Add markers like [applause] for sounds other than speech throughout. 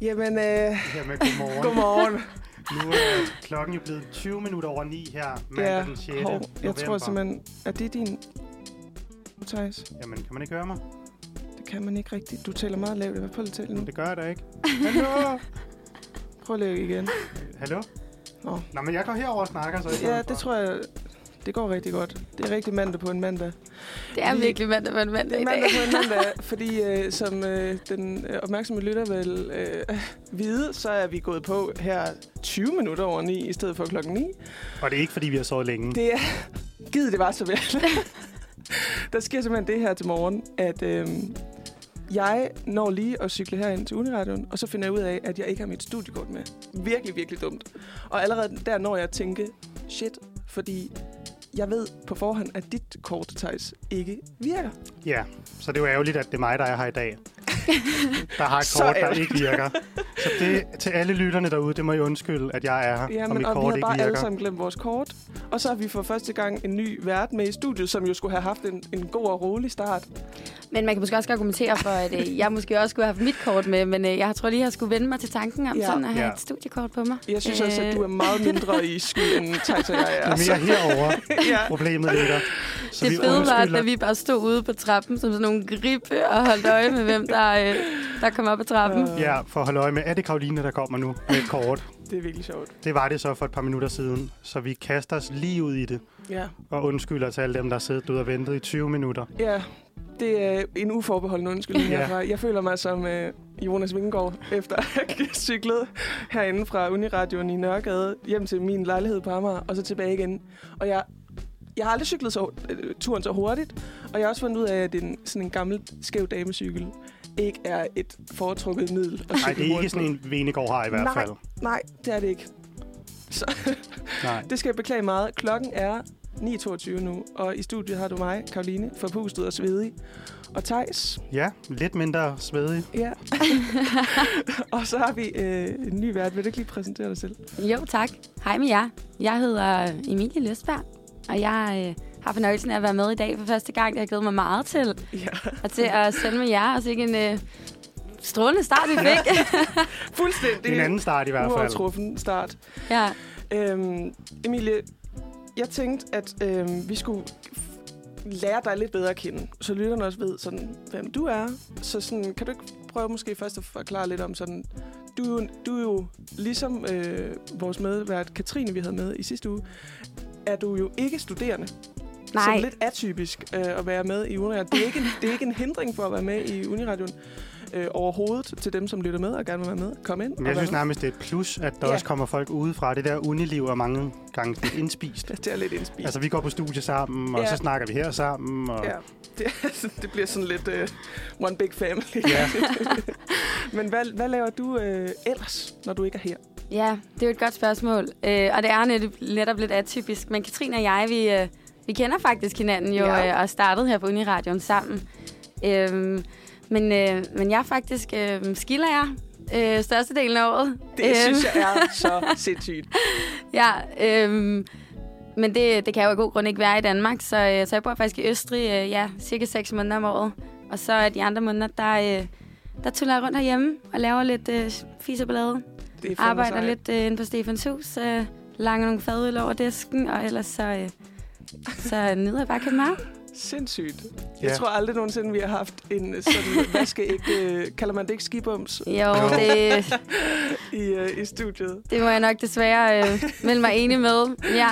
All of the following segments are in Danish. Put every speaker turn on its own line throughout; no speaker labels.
Jamen, øh,
Jamen, godmorgen.
godmorgen.
Nu er klokken jo blevet 20 minutter over 9 her, mandag ja. den 6.
hov,
Hov,
jeg tror simpelthen, er det din... Thijs,
Jamen, kan man ikke høre mig?
det kan man ikke rigtigt. Du taler meget lavt. Jeg vil prøve at tale nu.
Det gør
[laughs]
jeg da ikke. Hallo?
Prøv at lave igen.
Hallo?
Nå.
Nå, men jeg går herover og snakker, så... i
Ja,
stedet
det
for.
tror jeg, det går rigtig godt. Det er rigtig mandag på en mandag.
Det er
Vi-
virkelig mandag på en
Det er
mandag i dag.
mandag på en mandag, fordi øh, som øh, den øh, opmærksomme lytter vil øh, [laughs] vide, så er vi gået på her 20 minutter over 9 i stedet for klokken 9.
Og det er ikke, fordi vi har sovet længe. Det...
Det er... Gid det var så vel. [laughs] der sker simpelthen det her til morgen, at øhm, jeg når lige at cykle herind til Uniradion, og så finder jeg ud af, at jeg ikke har mit studiekort med. Virkelig, virkelig dumt. Og allerede der når jeg at tænke, shit, fordi jeg ved på forhånd, at dit kort, Thijs, ikke virker.
Ja, så det er jo ærgerligt, at det er mig, der er her i
[laughs]
dag. der har et
Så
kort, der
ærgerligt.
ikke virker. Så det, til alle lytterne derude, det må I undskylde, at jeg er her,
Ja,
og
men
mit
og vi
kort
har
ikke
bare alle
virker.
sammen glemt vores kort. Og så har vi for første gang en ny vært med i studiet, som jo skulle have haft en, en god og rolig start. [laughs]
Men man kan måske også argumentere for, at øh, jeg måske også skulle have haft mit kort med, men øh, jeg tror lige, jeg skulle vende mig til tanken om
Ja.
ja. sådan at have
Ja.
ja. et studiekort på mig.
Jeg synes øh... altså, at du er meget mindre
[laughs]
i skyld, end Thijs og jeg er.
Det er mere herover
ja.
problemet
[laughs]
ligger. Så
det
vi
fede var, at
undskylder.
da vi bare stod ude på trappen som sådan nogle gribe og holdt øje med, hvem der, øh, der kom op ad trappen.
Øh,
Ja, for at holde øje med, er det Karoline, der kommer nu med et kort?
Det er virkelig sjovt.
Det var det så for et par minutter siden, så vi kaster os lige ud i det
Ja.
og undskylder til alle dem, der har siddet derude og ventet i 20 minutter.
ja. Det er en uforbeholden undskyldning
Ja.
herfra. Jeg føler mig som øh, Jonas Vingegaard, efter at have [laughs] cyklet herinde fra Uniradioen i Nørregade hjem til min lejlighed på Amager, og så tilbage igen. Og jeg, jeg har aldrig cyklet så, øh, turen så hurtigt, og jeg har også fundet ud af, at en, sådan en gammel skæv damecykel ikke er et foretrukket middel at
Nej,
cykle
det er ikke
hurtigt
sådan
på.
en Venegård har i hvert
Nej.
fald.
Nej, det er det ikke. Så,
Nej.
Det skal jeg beklage meget. Klokken er 9.22 nu, og i studiet har du mig, Karoline, forpustet og svedig. Og Tejs,
Ja, lidt mindre svedig. [laughs]
ja. og så har vi øh, en ny vært. Vil du ikke lige præsentere dig selv?
Jo, tak. Hej med jer. Jeg hedder øh, Emilie Løsberg, og jeg øh, har fornøjelsen af at være med i dag for første gang. Det har jeg glædet mig meget til,
Ja,
og til at sende med jer. Og sikke en øh, strålende start, vi
[laughs]
fik.
fuldstændig.
Det er en anden start i hvert fald.
uovertruffen start.
ja.
Øhm, Emilie, jeg tænkte, at øhm, vi skulle f- lære dig lidt bedre at kende, så lytterne også ved, sådan, hvem du er. Så sådan, kan du ikke prøve måske først at forklare lidt om sådan, du er jo, du er jo ligesom øh, vores medvært Katrine, vi havde med i sidste uge, er du jo ikke studerende.
Nej.
Sådan lidt atypisk øh, at være med i Uniradion. Det er, ikke en, det er ikke en hindring for at være med i Uniradion øh, overhovedet til dem, som lytter med og gerne vil være med. Kom ind. og
Men
vær
jeg synes
med.
nærmest, det er et plus, at der
Ja.
også kommer folk udefra. Det der uniliv er mange gange lidt indspist.
det er lidt indspist.
Altså, vi går på studie sammen, og
Ja.
så snakker vi her sammen. Og...
Ja, det, det bliver sådan lidt uh, one big family.
Ja.
[laughs] Men hvad, hvad laver du øh, ellers, når du ikke er her?
Ja, det er jo et godt spørgsmål. Øh, og det er net- netop lidt atypisk. Men Katrine og jeg, vi, øh, vi kender faktisk hinanden jo,
Ja.
ja. øh, og startede her på Uniradion sammen. Øh, men, øh, men jeg er faktisk øh, skillærer øh, størstedelen af året.
Det
Øh,
synes jeg er så sindssygt.
Ja, øh, men det, det kan jeg jo af god grund ikke være i Danmark, så, øh, så jeg bor faktisk i Østrig, øh, ja, cirka 6 måneder om året. Og så øh, de andre måneder, der, øh, der tuller jeg rundt herhjemme og laver lidt øh, fis og ballade.
Det er fandme
arbejder
sejt.
lidt øh, inde på Stefans hus, øh, langer nogle fadøl over disken, og ellers så, øh, så nyder jeg bare København.
Sindssygt.
Ja.
Jeg tror aldrig nogensinde, vi har haft en sådan vaskeægte, øh, kalder man det ikke skibums,
Jo,
Jo.
det,
i, øh, i studiet.
det må jeg nok desværre øh, melde mig enig med. Ja.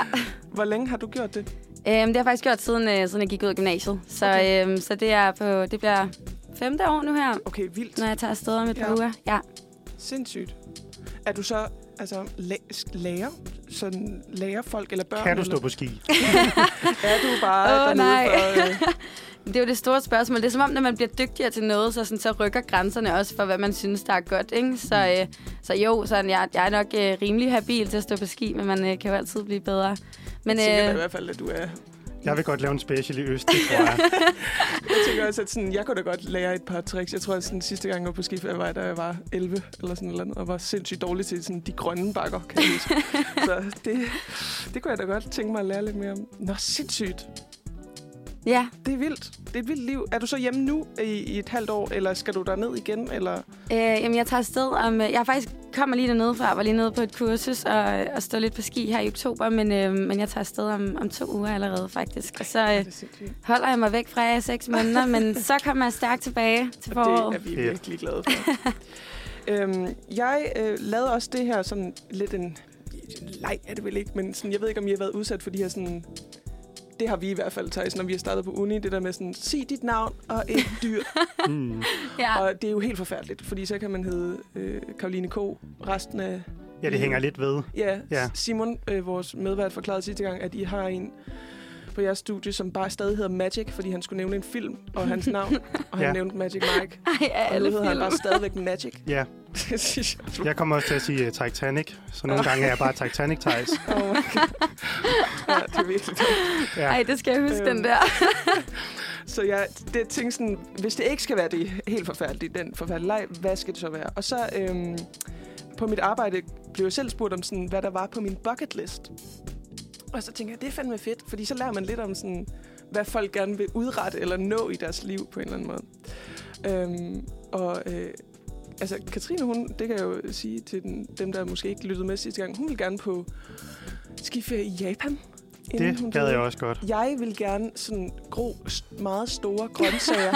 Hvor længe har du gjort det?
Øhm, det har jeg faktisk gjort, siden, øh, siden jeg gik ud af gymnasiet. Så,
Okay.
okay. øhm, så det, er på, det bliver femte år nu her,
Okay, vildt.
når jeg tager afsted om et
Ja.
par uger. Ja.
Sindssygt. Er du så altså, la- lærer? Sådan lærer folk eller børn?
Kan du
eller?
stå på ski?
Er du bare
Åh,
dernede
nej. [laughs]
for... Øh,
Det er jo det store spørgsmål. Det er som om, når man bliver dygtigere til noget, så, sådan, så rykker grænserne også for, hvad man synes, der er godt. Ikke? Så,
Mm.
øh, så jo, sådan, jeg, jeg er nok øh, rimelig habil til at stå på ski, men man øh, kan jo altid blive bedre.
men,
Men
jeg tænker da i
øh,
hvert fald, at du er
Jeg vil godt lave en special i Østrig, tror jeg.
Jeg tænker også, at sådan, jeg kunne da godt lære et par tricks. Jeg tror, at sådan, sidste gang jeg var på skiferie, var jeg, da jeg var 11 eller sådan noget, og var sindssygt dårlig til sådan, de grønne bakker, kan jeg
[laughs]
huske. Så det, det kunne jeg da godt tænke mig at lære lidt mere om. Nå, sindssygt.
Ja,
Det er vildt. Det er et vildt liv. Er du så hjemme nu i, i et halvt år, eller skal du derned igen? Eller?
øh, jamen jeg tager afsted om... øh, Jeg er faktisk kommer lige dernede fra, var lige nede på et kursus og, og stod lidt på ski her i oktober, men, øh, men jeg tager afsted om, om to uger allerede faktisk. Og så øh,
Det er sindssygt.
holder jeg mig væk fra jer i seks måneder,
[laughs]
men så kommer jeg stærkt tilbage til
Og det er
foråret.
vi
Fedt.
virkelig glade for. [laughs] øhm, jeg øh, lavede også det her sådan lidt en... Nej, er det vel ikke, men sådan, jeg ved ikke, om I har været udsat for de her sådan... Det har vi i hvert fald, Thijs, når vi har startet på uni. Det der med sådan, sig dit navn og et dyr.
Mm.
[laughs] Ja.
og det er jo helt forfærdeligt, fordi så kan man hedde øh, Karoline K. Resten af...
Ja, det hænger lidt ved.
Ja,
Ja.
ja. Simon, øh, vores medvært, forklarede sidste gang, at I har en på jeres studie, som bare stadig hedder Magic, fordi han skulle nævne en film og hans navn, og han
Ja.
ja. nævnte Magic Mike.
Ej, af
Og nu
[laughs] alle
hedder han
film.
bare stadigvæk Magic.
Ja,
Det synes jeg
jeg kommer også til at sige uh, Titanic, så nogle gange er jeg bare titanic -tejs.
[laughs] Oh my God. ja, det er virkelig dumt.
Ja.
Ej, det skal jeg huske,
Øhm.
den der.
Så jeg det, tænkte sådan, hvis det ikke skal være det helt forfærdelige, den forfærdelige leg, hvad skal det så være? Og så øhm, på mit arbejde blev jeg selv spurgt om, sådan, hvad der var på min bucket list. Og så tænker jeg, det er fandme fedt, fordi så lærer man lidt om, sådan, hvad folk gerne vil udrette eller nå i deres liv på en eller anden måde. Øhm, og øh, altså, Katrine, hun, det kan jeg jo sige til den, dem, der måske ikke lyttede med sidste gang, hun vil gerne på skiferie i Japan. inden hun
Det gad
døde.
jeg også godt.
Jeg vil gerne sådan gro, s- meget store grøntsager.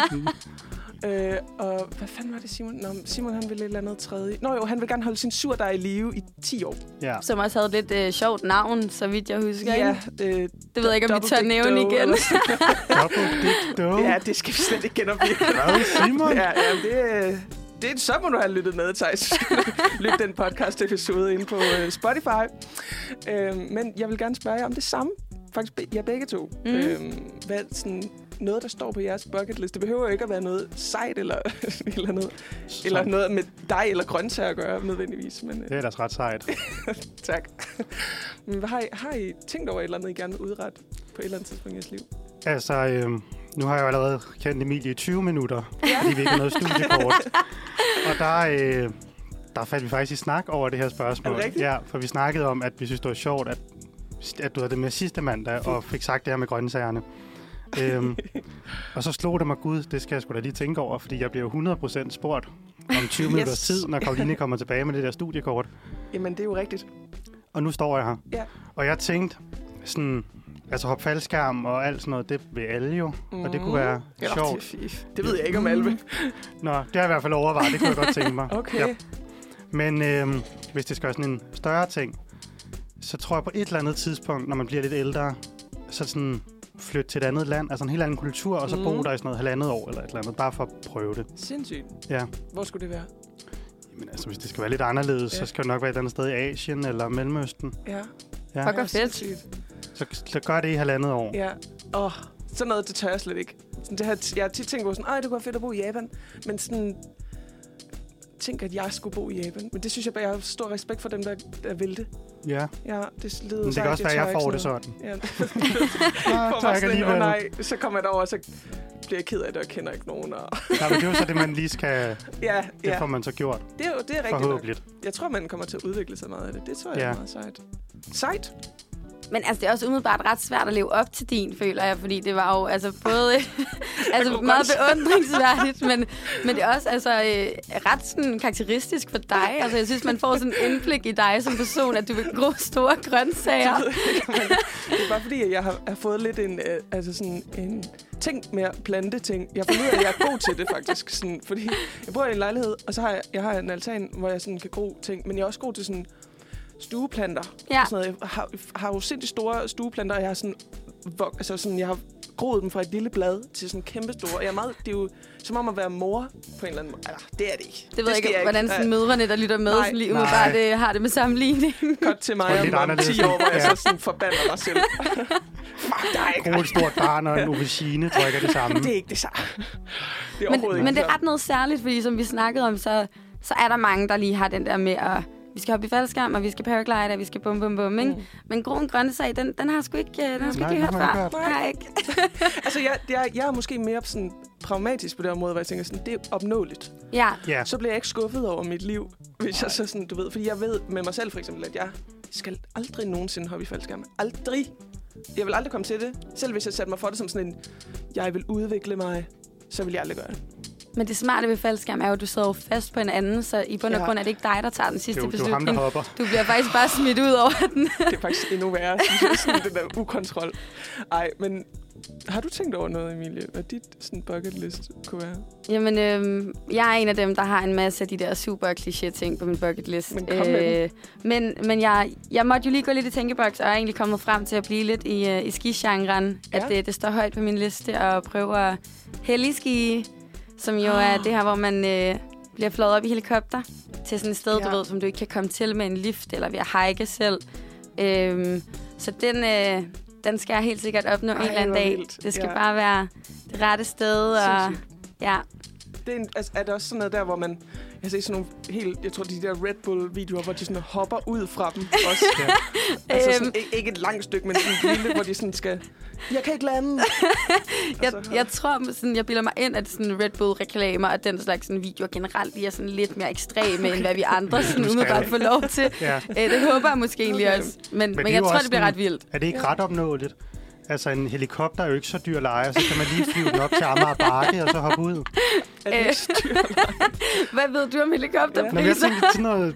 øh, og hvad fanden var det, Simon? Nå, men Simon han ville et eller andet tredje. Nå jo, han vil gerne holde sin surdej i live i 10 år.
Ja.
Som også havde lidt øh, sjovt navn, så vidt jeg husker. ikke?
øh,
Det ved jeg ikke, om vi
double
tør
dick
nævne
dough
igen.
eller sådan
Double dick dough.
noget. [laughs] Ja, det skal vi slet ikke genopleve.
Hvad, Simon?
[laughs] ja, ja, det, øh, det, så må du have lyttet med, Thijs. [laughs] Lyt den podcast episode ind på øh, Spotify. Øh, men jeg vil gerne spørge jer om det samme. Faktisk be- jer begge to.
Mhm.
Mm. Øh, hvad sådan, noget, der står på jeres bucket list. Det behøver jo ikke at være noget sejt eller, [laughs] eller, noget, eller noget med dig eller grøntsager at gøre nødvendigvis. Men øh,
Det er ellers ret sejt.
tak. [laughs] men hvad har, I, har I tænkt over et eller andet, I gerne vil udrette på et eller andet tidspunkt i jeres liv?
Altså, øhm, nu har jeg jo allerede kendt Emilie i 20 minutter, fordi vi ikke har noget studiekort.
[laughs]
Og der, øh, der faldt vi faktisk i snak over det her spørgsmål.
Er det rigtigt?
ja, for vi snakkede om, at vi synes, det var sjovt, at, at du havde det med sidste mandag, og fik sagt det her med grøntsagerne.
[laughs]
øhm, og så slog det mig, gud, det skal jeg sgu da lige tænke over, fordi jeg bliver 100% spurgt om 20 yes. minutters tid, når Karoline kommer tilbage med det der studiekort.
Jamen, det er jo rigtigt.
Og nu står jeg her.
Ja.
Og jeg tænkte sådan, altså hop faldskærm og alt sådan noget, det vil alle jo. Mm. Og det kunne være
Eller, Mm.
sjovt.
Det, det ved jeg ikke om alle vil.
Nå, det har jeg i hvert fald overvejet, det kunne jeg godt tænke mig.
[laughs] Okay.
Ja. Men øhm, hvis det skal være sådan en større ting, så tror jeg på et eller andet tidspunkt, når man bliver lidt ældre, så sådan flytte til et andet land, altså en helt anden kultur, og så mm. bo
Mm.
der i sådan noget halvandet år eller et eller andet, bare for at prøve det.
Sindssygt.
Ja.
Hvor skulle det være?
Men altså, hvis det skal være lidt anderledes, ja.
Ja.
så skal det nok være et eller andet sted i Asien eller Mellemøsten.
Ja.
Ja.
Fuck, hvor
Ja,
fedt.
sindssygt.
Så, så gør det i halvandet år.
Ja. Åh, oh, sådan noget, det tør jeg slet ikke. Sådan, det her, jeg har tit tænkt på sådan, ej, det kunne være fedt at bo i Japan. Men sådan, tænk, at jeg skulle bo i Japan. Men det synes jeg bare, jeg har stor respekt for dem, der, der vil det.
ja.
Ja, det lyder
Men det kan
sejt,
også være,
tør
at jeg
ikke
får
sådan
det
noget. [laughs]
sådan. [laughs]
Ja,
Ah,
for
tak
tak, sådan, oh,
alligevel.
nej, så kommer jeg derover, og så bliver jeg ked af det, og kender ikke nogen. Og... [laughs]
Nej, men det er jo så det, man lige skal...
ja,
Det
ja.
får man så gjort,
det er jo det er rigtigt nok.
forhåbentlig.
Jeg tror, man kommer til at udvikle sig meget af det. Det tror jeg
Ja.
er meget sejt. Sejt?
[laughs] Men altså, det er også umiddelbart ret svært at leve op til din, føler jeg, fordi det var jo altså,
[laughs]
både [laughs] altså,
kunne
meget
godt se.
beundringsværdigt,
[laughs]
men, men det er også altså, øh, ret sådan, karakteristisk for dig. Altså, jeg synes, man får sådan en indblik i dig som person, at du vil gro store
[laughs]
grøntsager.
Jeg ved ikke, men det er bare fordi, at jeg har, har fået lidt en, øh, altså sådan en ting med at plante ting. Jeg finder ud af, at jeg er god til det faktisk. Sådan, fordi jeg bor i en lejlighed, og så har jeg, jeg har en altan, hvor jeg sådan kan gro ting. Men jeg er også god til sådan stueplanter.
Ja.
Og sådan noget. Jeg har, har jo sindssygt store stueplanter, og jeg har sådan, vok- altså sådan, jeg har groet dem fra et lille blad til sådan kæmpe store. Og jeg er meget, det er jo som om at være mor på en eller anden måde. Altså, det er det ikke.
Det ved jeg
skal
ikke, hvordan sådan, mødrene, der lytter med,
Nej.
sådan, lige
Nej.
umiddelbart øh, har det med sammenligning.
godt til
Det var
mig
lidt
om, om
anderledes.
10 år, hvor jeg
Ja.
så sådan forbander mig selv. Fuck dig, ikke?
Gro et stort barn og en aubergine, tror jeg ikke er det
[laughs]
samme.
Det er ikke det samme. Det er overhovedet
men, men det
ikke
er ret noget særligt, fordi som vi snakkede om, så, så er der mange, der lige har den der med at vi skal hoppe i faldskærm, og vi skal paraglide, og vi skal bum bum bum, ikke? Mm. Men grå en grøntsag, den, den har sgu ikke, øh, den har sgu
Nej,
ikke lige
den
hørt
har man
fra.
ikke
hørt.
Nej, ikke.
Altså, jeg, jeg, jeg er måske mere sådan pragmatisk på det område, hvor jeg tænker sådan, det er opnåeligt.
Ja,
Ja,
Så bliver jeg ikke skuffet over mit liv, hvis jeg så sådan, du ved. Fordi jeg ved med mig selv for eksempel, at jeg skal aldrig nogensinde hoppe i faldskærm. Aldrig. Jeg vil aldrig komme til det. Selv hvis jeg satte mig for det som sådan en, jeg vil udvikle mig, så vil jeg aldrig gøre det.
Men det smarte ved faldskærm er jo, at du sidder jo fast på en anden, så i bund og
Ja.
grund er det ikke dig, der tager den sidste
Det er jo, det er jo ham, der
beslutning.
hopper.
Du bliver faktisk bare smidt ud over den.
Det er faktisk endnu værre, synes jeg, sådan den der ukontrol. Ej, men har du tænkt over noget, Emilie? Hvad dit sådan bucket list kunne være?
Jamen, øhm, jeg er en af dem, der har en masse af de der super kliché ting på min bucket list. Øh,
Men kom med
men men jeg, jeg måtte jo lige gå lidt i tænkeboks, og er egentlig kommet frem til at blive lidt i, øh, i skigenren. Ja.
Ja.
At øh, det, det står højt på min liste at prøve at helligski, som jo
Ah.
er det her, hvor man øh, bliver flået op i helikopter til sådan et sted,
Ja.
ja. du ved, som du ikke kan komme til med en lift eller ved at hike selv. Øhm, så den, øh, den skal jeg helt sikkert opnå
Ej,
en eller anden
hvor
dag.
vildt.
Det skal
Ja.
bare være det rette sted. Og,
Sindssygt.
ja,
Det er, en, altså, er det også sådan noget der, hvor man... Jeg har set sådan nogle helt... Jeg tror, de der Red Bull-videoer, hvor de sådan hopper ud fra dem
[laughs]
også.
Ja.
altså
Øhm.
sådan, ikke, ikke et langt stykke, men sådan et lille, hvor de sådan skal... Jeg kan ikke
Øh.
lande!
jeg,
Og så-
jeg tror, sådan, jeg bilder mig ind, at sådan Red Bull-reklamer og den slags sådan, videoer generelt de er sådan lidt mere ekstreme, end hvad vi andre sådan,
Lidt
umiddelbart
ekstreme.
får lov til.
ja.
Øh, det håber jeg måske egentlig
Okay.
også. Men, men,
det er
men jeg
jo
tror,
også
det bliver
sådan-
ret vildt.
Er det ikke ret opnåeligt? Altså, en helikopter er jo ikke så dyr leje, så kan man lige flyve den op til Amager Bakke og så hoppe ud.
Er det
Øh.
ikke styr?
Hvad ved du om
Nå, men jeg
helikopterpriser?
tænkte sådan noget...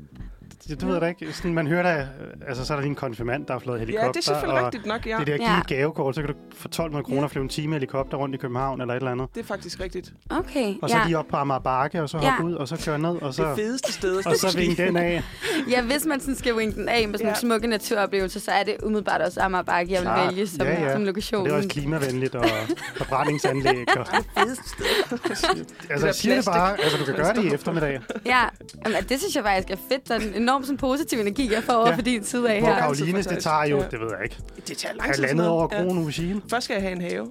Jeg, du ved da ikke, sådan, man hører da, altså så er der lige en konfirmand, der har flået helikopter,
Ja, det er selvfølgelig
og
rigtigt nok, ja.
det der
Ja.
give gavekort, så kan du for 1200 kroner flyve en time i helikopter rundt i København eller et eller andet.
Det er faktisk rigtigt.
Okay,
Og så
ja.
lige op på Amager Bakke, og så
Ja.
hoppe ud, og så køre ned, og så,
Det fedeste sted.
og så vinge den af.
ja, hvis man sådan skal winke den af med sådan
Ja.
en smukke naturoplevelse, så er det umiddelbart også Amager Bakke, jeg vil
Klart.
vælge som,
Ja, ja.
som
Og
lokation.
det er også klimavenligt og
[laughs]
forbrændingsanlæg. Og,
fedeste
[laughs]
sted.
altså, jeg siger det bare, altså du kan gøre det i eftermiddag.
Ja, Jamen, det synes jeg faktisk er fedt. Der er en enorm sådan, positiv energi, jeg får over
Ja.
ja. for din side af
Hvor
her.
Karolines, det tager jo,
Ja.
det ved jeg ikke,
Det tager lang tid. sådan
halvandet
noget.
over
Ja.
kronen ja.
Først skal jeg have en have.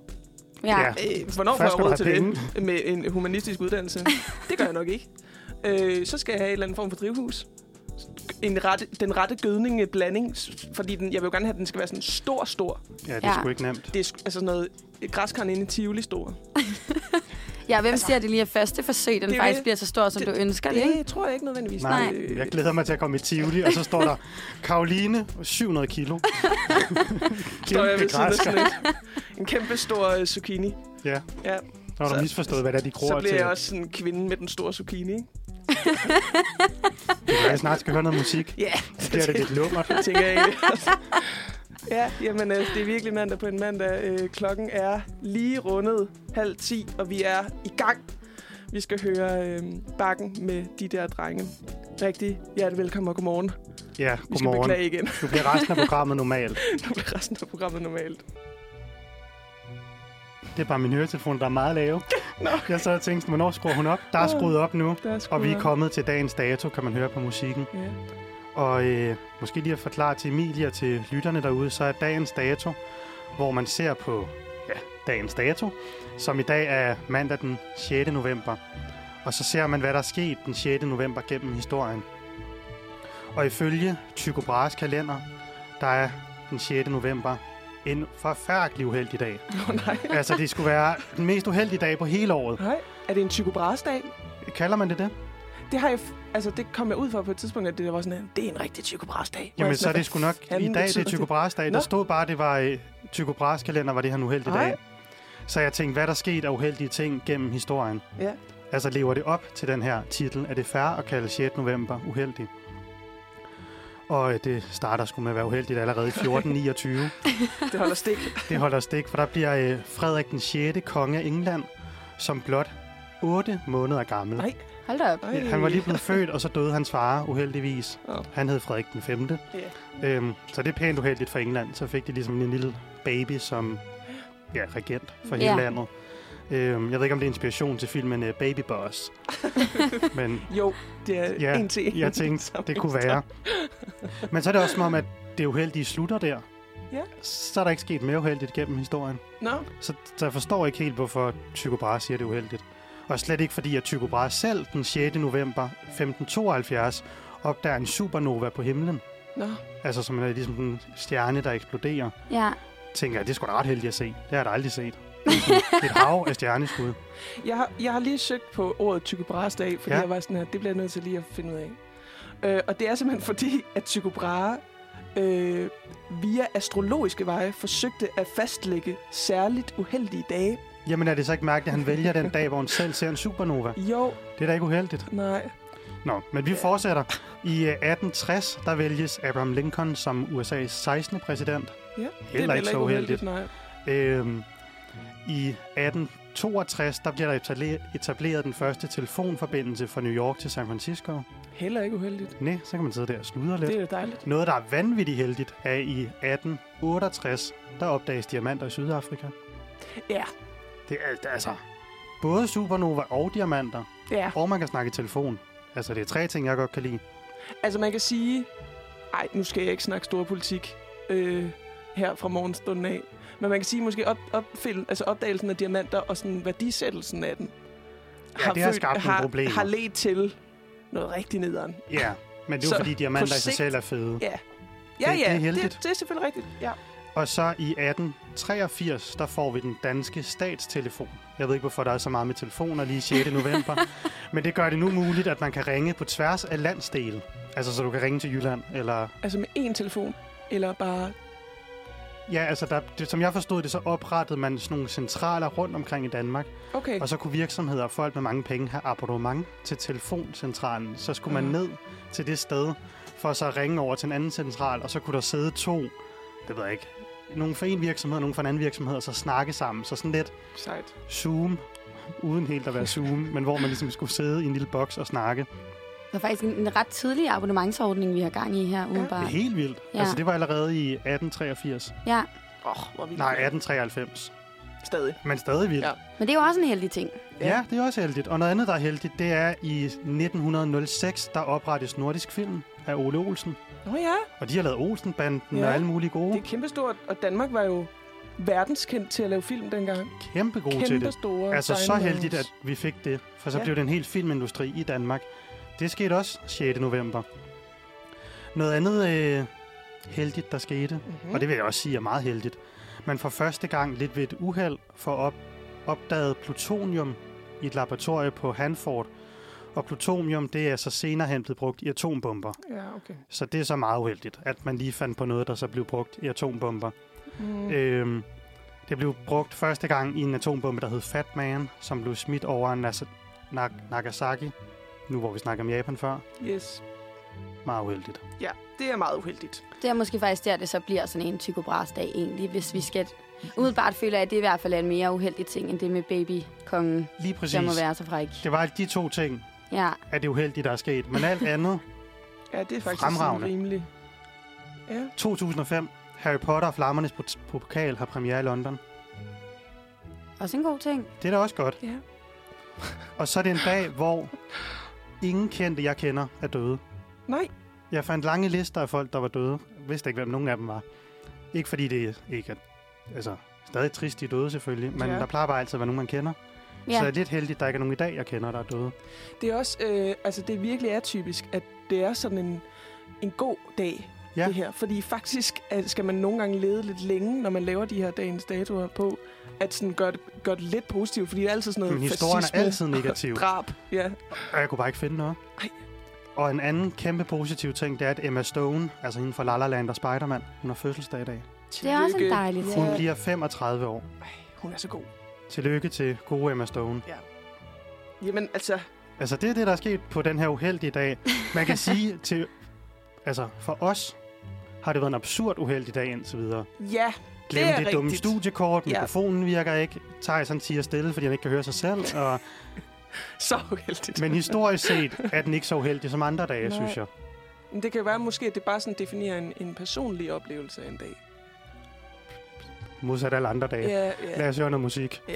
Ja.
Ja.
Øh, hvornår
Først
Først
skal
får jeg
du
råd til
have
det med en humanistisk uddannelse? det gør jeg nok ikke. Øh, så skal jeg have en eller anden form for drivhus. En rette, den rette gødning, øh, blanding, s- fordi den, jeg vil jo gerne have, at den skal være sådan stor, stor.
Ja, det er
Ja.
sgu ikke nemt.
Det er sk- altså sådan noget øh, græskarn inde i Tivoli stor.
Ja,
Altså-
hvem siger, at det lige er første forsøg, den
Det er
faktisk
det.
bliver så stor, som
Det-
du ønsker det, ikke?
Det tror jeg ikke nødvendigvis. øh,
Nej,
Nej.
jeg glæder mig til at komme i Tivoli, og så står
[laughs]
der Karoline, 700 kilo.
Står jeg
Kæmpe
ved siden af
græsker.
sådan et, en kæmpe stor øh, zucchini.
Ja,
Ja,
der har
Så-
du misforstået, hvad det er, de
så
gror
bliver
til.
jeg også sådan en kvinde med den store zucchini. ikke?
Det kan være, Jeg snart skal høre noget musik.
Ja,
Så bliver det lidt lummert.
Det tænker jeg ikke. [laughs] ja, jamen, øh, det er virkelig mandag på en mandag. Øh, klokken er lige rundet halv ti, og vi er i gang. Vi skal høre øh, bakken med de der drenge. Rigtig hjertelig velkommen og godmorgen. Vi
Ja,
skal
godmorgen.
beklage igen. [laughs]
Nu bliver resten af programmet normalt.
Nu bliver resten af programmet normalt.
Det er bare min høretelefon, der er
[laughs]
meget lave. Jeg sad og tænkte, hvornår skruer hun op? Der er skruet op nu.
Der er sgu
Og vi er
nok.
kommet til dagens dato, kan man høre på musikken.
Ja.
Og øh, måske lige at forklare til Emilie og til lytterne derude, så er dagens dato, hvor man ser på ja, dagens dato, som i dag er mandag den 6. november. Og så ser man, hvad der er sket den 6. november gennem historien. Og ifølge Tycho Brahes kalender, der er den 6. november en forfærdelig uheldig dag.
Nå, nej.
Altså, det skulle være den mest uheldige dag på hele året.
Nej. Er det en psykobrasdag?
Kalder man det det?
Det har jeg... F- altså, det kom jeg ud for på et tidspunkt, at det der var sådan her, det er en rigtig psykobrasdag.
Jamen, så er det sgu nok i dag, det er Tycho Brahes dag. Der
Nå.
stod bare, det var øh, Tycho Brahes kalender, var det her en uheldig
Ej.
dag. Så jeg tænkte, hvad der skete af uheldige ting gennem historien.
Ja.
Altså, lever det op til den her titel? Er det fair at kalde 6. november uheldig? Og øh, det starter sgu med at være uheldigt allerede i 1429.
Det holder stik.
[laughs] Det holder stik, for der bliver øh, Frederik den 6. konge af England, som blot 8 måneder gammel.
Ej.
Hold da op.
Ej.
Ja, Han var lige blevet født, og så døde hans far uheldigvis.
Åh.
Han hed Frederik den 5.
Ja.
Øhm, så det er pænt uheldigt for England. Så fik de ligesom en lille baby som ja, regent for hele
Ja.
landet. Øhm, jeg ved ikke, om det er inspiration til filmen øh, Baby Boss. Men
Jo, det er
Ja,
en til en.
jeg tænkte, det kunne være. Men så er det også som om, at det uheldige slutter der.
Ja.
Så er der ikke sket mere uheldigt gennem historien.
Nå,
Så, så jeg forstår ikke helt, hvorfor Tycho Brahe siger, det er uheldigt. Og slet ikke fordi, at Tycho Brahe selv den 6. november 1572 opdager en supernova på himlen.
nå.
Altså som er ligesom en stjerne, der eksploderer.
Ja.
Tænker jeg, det er sgu da ret heldigt at se. Det har jeg da aldrig set. Det er sådan Et hav af stjerneskud.
Jeg har, jeg har lige søgt på ordet psykobrasdag, fordi
Ja.
ja. jeg var sådan her, det bliver jeg nødt til lige at finde ud af. Øh, og det er simpelthen fordi, at psykobrahe øh, via astrologiske veje forsøgte at fastlægge særligt uheldige dage.
Jamen er det så ikke mærkeligt, at han vælger den dag, hvor han selv ser en supernova?
Jo,
Det er da ikke uheldigt.
nej.
Nå, men vi fortsætter. I øh, 1860, der vælges Abraham Lincoln som USA's 16. præsident.
Ja, det
Heller ikke så uheldigt.
Nej.
Øhm, I 1862, der bliver der etale- etableret den første telefonforbindelse fra New York til San Francisco.
Heller ikke uheldigt.
Næ, så kan man sidde der og sludre lidt.
Det er jo dejligt.
Noget, der er vanvittigt heldigt, er i 1868, der opdages diamanter i Sydafrika.
Ja,
Det er alt, altså. Både supernova og diamanter.
ja.
Og man kan snakke i telefon. Altså, det er tre ting, jeg godt kan lide.
Altså man kan sige... Ej, nu skal jeg ikke snakke stor politik øh, her fra morgenstunden af. Men man kan sige måske op, opfind, altså opdagelsen af diamanter og sådan værdisættelsen af den
Ja, det har skabt nogle
har,
problemer.
har ledt til noget rigtig nederen.
Ja, men det er jo
Så,
fordi, diamanter i sig
sigt-
selv er fede.
Ja. Ja,
Det- det er
ja,
heldigt.
det, det er selvfølgelig rigtigt. Ja.
Og så i 1883, der får vi den danske statstelefon. Jeg ved ikke, hvorfor der er så meget med telefoner lige 6. november. Men det gør det nu muligt, at man kan ringe på tværs af landsdele. Altså, så du kan ringe til Jylland, eller...
Altså med én telefon, eller bare...
Ja, altså, der, det, som jeg forstod det, så oprettede man sådan nogle centraler rundt omkring i Danmark.
Okay,
Og så kunne virksomheder og folk med mange penge have abonnement til telefoncentralen. Så skulle man
Mhm.
ned til det sted for så at ringe over til en anden central, og så kunne der sidde to, det ved jeg ikke, nogen fra en virksomhed og nogen fra en anden virksomhed, og så snakke sammen. Så sådan lidt
sejt.
Zoom, uden helt at være Zoom, men hvor man ligesom skulle sidde i en lille boks og snakke.
Det var faktisk en, en ret tidlig abonnementsordning, vi har gang i her
Det er
udenbart.
helt vildt. Ja.
Ja.
Altså, det var allerede i 1883.
Ja,
Åh, oh, hvor vildt.
Nej, 1893.
Stadig.
Men stadig vildt.
Ja.
Ja.
men det er jo også en heldig ting.
Ja.
ja, det er også heldigt. Og noget andet, der er heldigt, det er i 1906, der oprettes Nordisk Film af Ole Olsen.
Nå ja,
Og de har lavet Olsenbanden
Ja.
ja. og alle mulige gode.
det er kæmpestort, og Danmark var jo verdenskendt til at lave film dengang.
Kæmpe gode til det.
Kæmpestore
Altså så
designers.
heldigt, at vi fik det. For så
Ja.
ja. blev det en hel filmindustri i Danmark. Det skete også 6. november. Noget andet øh, heldigt, der skete,
Mhm.
mm. og det vil jeg også sige er meget heldigt. Man for første gang lidt ved et uheld får op, opdaget plutonium i et laboratorium på Hanford. Og plutonium, det er så senere hen blevet brugt i atombomber.
Ja, okay.
Så det er så meget uheldigt, at man lige fandt på noget, der så blev brugt i atombomber.
Mm.
Øhm, det blev brugt første gang i en atombombe, der hed Fat Man, som blev smidt over Nas- Nak- Nagasaki. Nu hvor vi snakker om Japan før.
Yes.
Meget uheldigt.
Ja, det er meget uheldigt.
Det er måske faktisk der, det så bliver sådan en Tycho Brahes-dag egentlig, hvis vi skal... Umiddelbart føler jeg, at det er i hvert fald er en mere uheldig ting, end det med babykongen,
Lige præcis.
der må være så fræk.
Det var de to ting,
Ja,
at det uheldige, der er sket. Men alt andet.
Ja, det er faktisk
Fremragende.
sådan rimeligt. Ja.
2005. Harry Potter og Flammernes Pot- Pokal har premiere i London.
også en god ting.
Det er da også godt.
Ja.
Og så er det en dag, hvor ingen kendte, jeg kender, er døde.
Nej,
Jeg fandt lange lister af folk, der var døde. Jeg vidste ikke, hvem nogen af dem var. Ikke fordi det ikke er... Altså, stadig trist, de er døde selvfølgelig. Men
Ja.
ja. der plejer bare altid at være nogen, man kender. Ja. Så
Ja,
det er lidt heldigt, der ikke er nogen i dag, jeg kender, der er døde.
det er også, øh, altså det virkelig er typisk, at det er sådan en, en god dag,
Ja.
det her. Fordi faktisk øh, skal man nogle gange lede lidt længe, når man laver de her dagens datoer på, at sådan gøre det, gør det lidt positivt, fordi det er altid sådan noget
Men historien er
Øh, fascisme,
altid negativ.
drab. Ja,
Og jeg kunne bare ikke finde noget.
Ej.
Og en anden kæmpe positiv ting, det er, at Emma Stone, altså hende fra La La Land og Spider-Man, hun har fødselsdag i dag.
det er også en
Tillykke.
dejlig ting.
Hun
Ja.
bliver 35 år.
Hun er så god.
Tillykke til gode Emma Stone.
Jamen, altså,
Altså, det er det, der er sket på den her uheldige dag.
[laughs]
Man kan sige til... Altså, for os har det været en absurd uheldig dag indtil videre.
ja, [laughs]
Glem
Det er
det, det dumme
rigtigt.
studiekort,
Ja.
mikrofonen virker ikke, Thijs han siger stille, fordi han ikke kan høre sig selv. Og,
[laughs] så uheldigt.
men historisk set er den ikke så uheldig som andre dage,
Nej.
Nej. synes jeg.
Men det kan jo være måske, at det bare sådan definerer en, en personlig oplevelse af en dag.
Modsat alle andre dage. Yeah.
Ja, ja.
Lad os høre noget musik.
[laughs]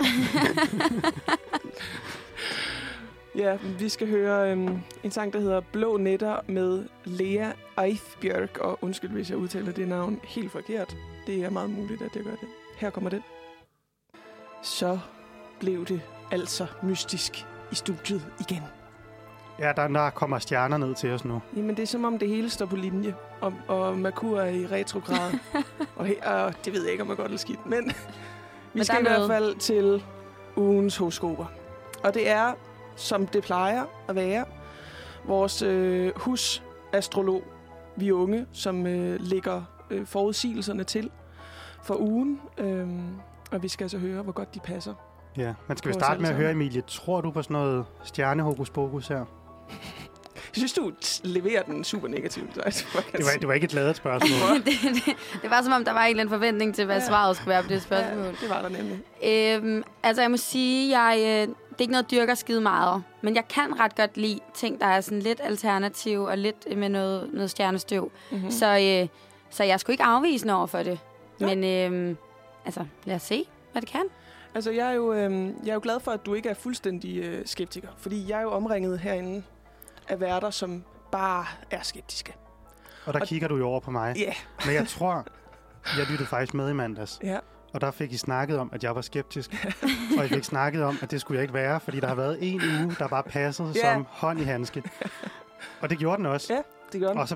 ja vi skal høre øhm, en sang, der hedder Blå Netter med Lea Eifbjørk. Og undskyld, hvis jeg udtaler det navn helt forkert. Det er meget muligt, at jeg gør det. Her kommer den. Så blev det altså mystisk i studiet igen.
Ja, der, der kommer stjerner ned til os nu.
Jamen, det er som om det hele står på linje, og, og Merkur er i retrograd.
[laughs]
og, he- og det ved jeg ikke, om jeg godt eller skidt, men vi
der
skal
er
i hvert
noget.
fald til ugens horoskoper. Og det er, som det plejer at være, vores øh, husastrolog, vi unge, som øh, lægger øh, forudsigelserne til for ugen. Øh, og vi skal altså høre, hvor godt de passer.
Ja, man skal vi
Vores
starte med at
allesammen.
høre, Emilie. Tror du på sådan noget stjernehokus pokus her?
Jeg synes, du t- leverer den super negativt. Altså, [laughs] man kan
Det var,
sige.
det var ikke et ladet
[laughs]
spørgsmål.
[laughs] det, det, det var som om, der var en eller anden forventning til, hvad
Ja.
svaret skulle være på det spørgsmål.
Ja, det var der nemlig.
Øhm, altså, jeg må sige, jeg, øh, det er ikke noget, jeg dyrker skide meget. Men jeg kan ret godt lide ting, der er sådan lidt alternativ og lidt øh, med noget, noget stjernestøv.
Mm-hmm.
Mm. Så, øh, så jeg skulle ikke afvise over for det.
Ja.
Ja. Men øhm, altså, lad os se, hvad det kan.
Altså, jeg er, jo, øh, jeg er jo glad for, at du ikke er fuldstændig øh, skeptiker. Fordi jeg er jo omringet herinde af værter, som bare er skeptiske.
Og der kigger du jo over på mig.
Ja.
[laughs] Men jeg tror, jeg lyttede faktisk med i mandags.
Ja.
Og der fik I snakket om, at jeg var skeptisk. og I fik snakket om, at det skulle jeg ikke være, fordi der har været en uge, der bare passede
Ja.
som hånd i handske. Og det gjorde den også.
Ja, det gør den.
Og så,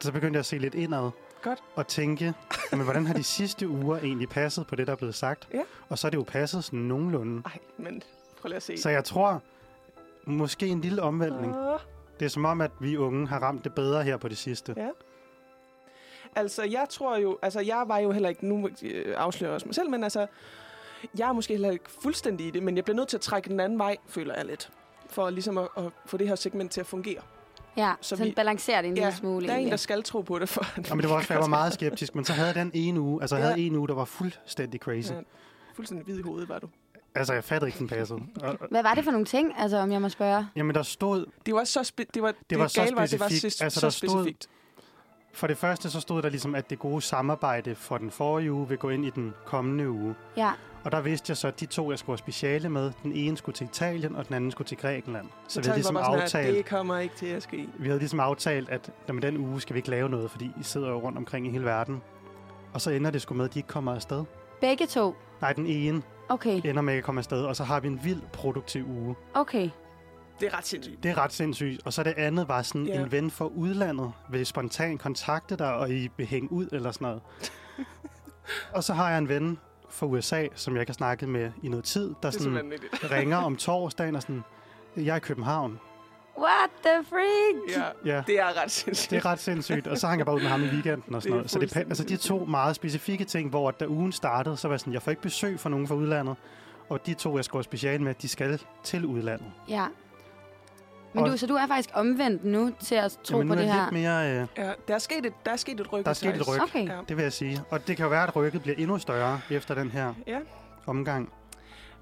så begyndte jeg at se lidt indad.
Godt.
Og tænke, men hvordan har de sidste uger egentlig passet på det, der er blevet sagt?
Ja.
Og så er det jo passet sådan nogenlunde.
Ej, men prøv lige at se.
Så jeg tror, måske en lille omvæltning.
Åh.
Det er som om, at vi unge har ramt det bedre her på det sidste.
Ja. Altså, jeg tror jo... Altså, jeg var jo heller ikke... Nu øh, afslører jeg også mig selv, men altså... Jeg er måske heller ikke fuldstændig i det, men jeg bliver nødt til at trække den anden vej, føler jeg lidt. For ligesom at, at få det her segment til at fungere.
Ja,
Så
så sådan
vi-
vi... balancerer det en ja, lille smule.
der er en,
egentlig.
der skal tro på det. For at Altså,
Og men det var også,
[laughs]
for jeg var meget skeptisk, men så havde jeg den ene uge, altså jeg
Ja.
havde en uge, der var fuldstændig crazy.
Ja. Fuldstændig hvid i hovedet, var du.
Altså, jeg fattede ikke, den passede. Og, og,
Hvad var det for nogle ting, altså, om jeg må spørge?
jamen, der stod,
Det var så, spe- det var, det
var så
gale det var
specifikt.
så,
Altså,
så
der stod-
specifikt.
for det første, så stod der ligesom, at det gode samarbejde for den forrige uge vil gå ind i den kommende uge.
Ja,
Og der vidste jeg så, at de to, jeg skulle have speciale med, den ene skulle til Italien, og den anden skulle til Grækenland. Så vi
Tanken
havde
var
ligesom
bare sådan her,
aftalt,
Det kommer ikke til at ske.
vi havde ligesom aftalt at jamen, den uge skal vi ikke lave noget, fordi I sidder jo rundt omkring i hele verden. Og så ender det sgu med, at de ikke kommer afsted.
begge to.
Nej, den ene
Okay,
ender med ikke at komme afsted, og så har vi en vild produktiv uge.
okay.
Det er ret sindssygt.
Det er ret sindssygt. Og så det andet var sådan,
Ja.
yeah. en ven fra udlandet vil spontant kontakte dig, og I vil hænge ud eller sådan
[laughs]
noget. og så har jeg en ven fra USA, som jeg ikke har snakket med i noget tid, der
Det er
sådan
simpelthen [laughs] lidt...
ringer om torsdagen og sådan, jeg er i København.
What the freak?
Ja,
Ja,
det er ret sindssygt.
det er ret sindssygt. Og så hang jeg bare ud med ham i weekenden og sådan
Det er
noget. Så det, er pa-
fuldstændig
altså de to meget specifikke ting, hvor at da ugen startede, så var jeg sådan, jeg får ikke besøg fra nogen fra udlandet. Og de to, jeg skulle speciale med, de skal til udlandet.
Ja. Men
Og-
du, så du er faktisk omvendt nu til at tro
Jamen,
på
nu er
det
jeg
her?
lidt mere... Øh,
Ja, der er sket et, der er sket et ryk.
Der er sket et
Thijs.
ryk.
Okay.
Ja.
Det vil jeg sige. Og det kan jo være, at rykket bliver endnu større efter den her
Ja.
omgang.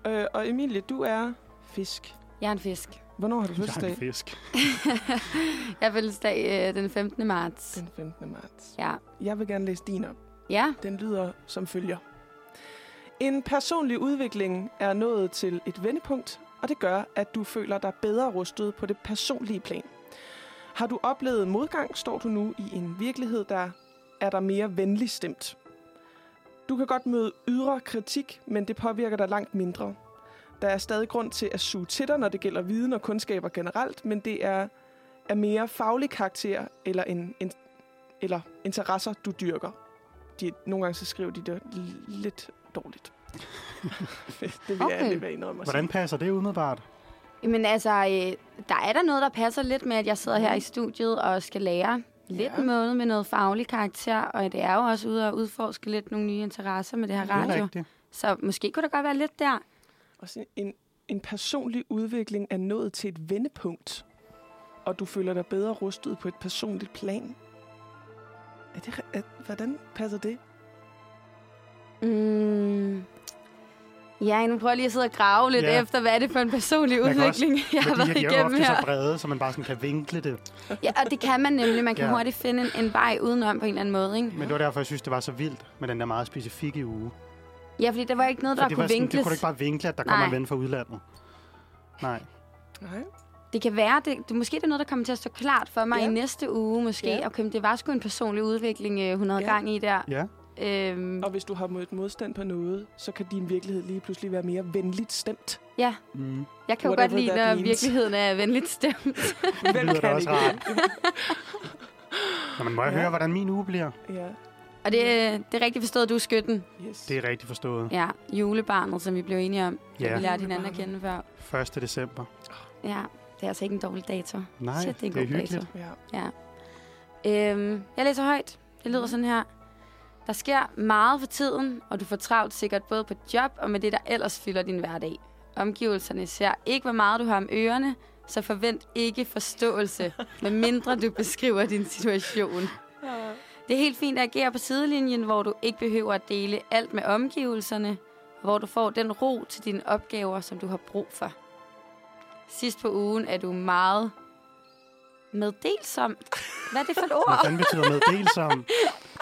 Øh, og Emilie, du er fisk.
Jeg er en fisk.
Hvornår har du
Jeg er en
fødselsdag?
fisk.
Jeg er fødselsdag øh, den 15. marts.
Den 15. marts.
Ja.
Jeg vil gerne læse din op.
Ja,
Den lyder som følger. En personlig udvikling er nået til et vendepunkt, og det gør, at du føler dig bedre rustet på det personlige plan. Har du oplevet modgang, står du nu i en virkelighed, der er dig mere venlig stemt. Du kan godt møde ydre kritik, men det påvirker dig langt mindre. Der er stadig grund til at suge til dig, når det gælder viden og kundskaber generelt, men det er af mere faglig karakter eller, en, en, eller interesser, du dyrker de, nogle gange så skriver de det l- lidt dårligt. [laughs] det vil okay.
Okay.
jeg ærligt være indrømme at sige.
Hvordan passer det umiddelbart?
men altså, øh, der er der noget, der passer lidt med, at jeg sidder her i studiet og skal lære lidt
Ja.
Mm. ja. noget med noget faglig karakter, og det er jo også ude og udforske lidt nogle nye interesser med det her
Det er
radio.
rigtigt.
Så måske kunne der godt være lidt der.
Og sådan en, en personlig udvikling er nået til et vendepunkt, og du føler dig bedre rustet på et personligt plan. Er det, re- er, hvordan passer det?
Mm. Ja, nu prøver jeg lige at sidde og grave lidt
Ja.
ja. efter, hvad er det for en personlig
Man kan også-
udvikling, jeg har
Fordi
været
at de er jo
igennem
ofte
her.
så brede, så man bare sådan kan vinkle det.
Ja, og det kan man nemlig. Man kan
Ja.
ja. hurtigt finde en, en vej udenom på en eller anden måde, ikke?
Men det var derfor, jeg synes, det var så vildt med den der meget specifikke uge.
Ja, fordi der var ikke noget,
For
der
det,
kunne
var sådan, det
vinkles.
kunne du ikke bare vinkle, at der kommer
Nej.
en ven fra udlandet. Nej.
Nej.
Det kan være, det, det, måske det er noget, der kommer til at stå klart for mig
Ja.
ja. i næste uge, måske.
Ja.
Ja. Okay, men det var sgu en personlig udvikling, øh, hun havde
Ja.
ja. gang i der.
Ja.
Øhm,
Og hvis du har mødt modstand på noget, så kan din virkelighed lige pludselig være mere venligt
[laughs]
stemt.
ja,
Mm.
jeg kan jo
Whatever
godt lide,
that
når
means.
virkeligheden er venligt
[laughs]
stemt.
Hvem
lyder da også
ikke
rart. Nå, men må jeg
Ja.
ja. høre, hvordan min uge bliver?
det? Ja,
og det, øh, det er rigtigt forstået, du er skytten.
yes.
Det er rigtig forstået.
Ja, julebarnet, som vi blev enige om. Ja. Vi
Ja.
lærte hinanden at kende før.
1. december.
Ja, det er altså ikke en dårlig dato.
Nej,
Shit, det er en
det er
god dato.
hyggeligt.
Ja.
Ja. Øhm, jeg læser højt. Det lyder sådan her. Der sker meget for tiden, og du får travlt sikkert både på job og med det, der ellers fylder din hverdag. Omgivelserne ser ikke, hvor meget du har om ørerne, så forvent ikke forståelse, medmindre du beskriver din situation. Det er helt fint at agere på sidelinjen, hvor du ikke behøver at dele alt med omgivelserne, og hvor du får den ro til dine opgaver, som du har brug for. Sidst på ugen er du meget meddelsom. Hvad er det for et
Hvad
ord?
fanden betyder
[laughs]
meddelsom? Det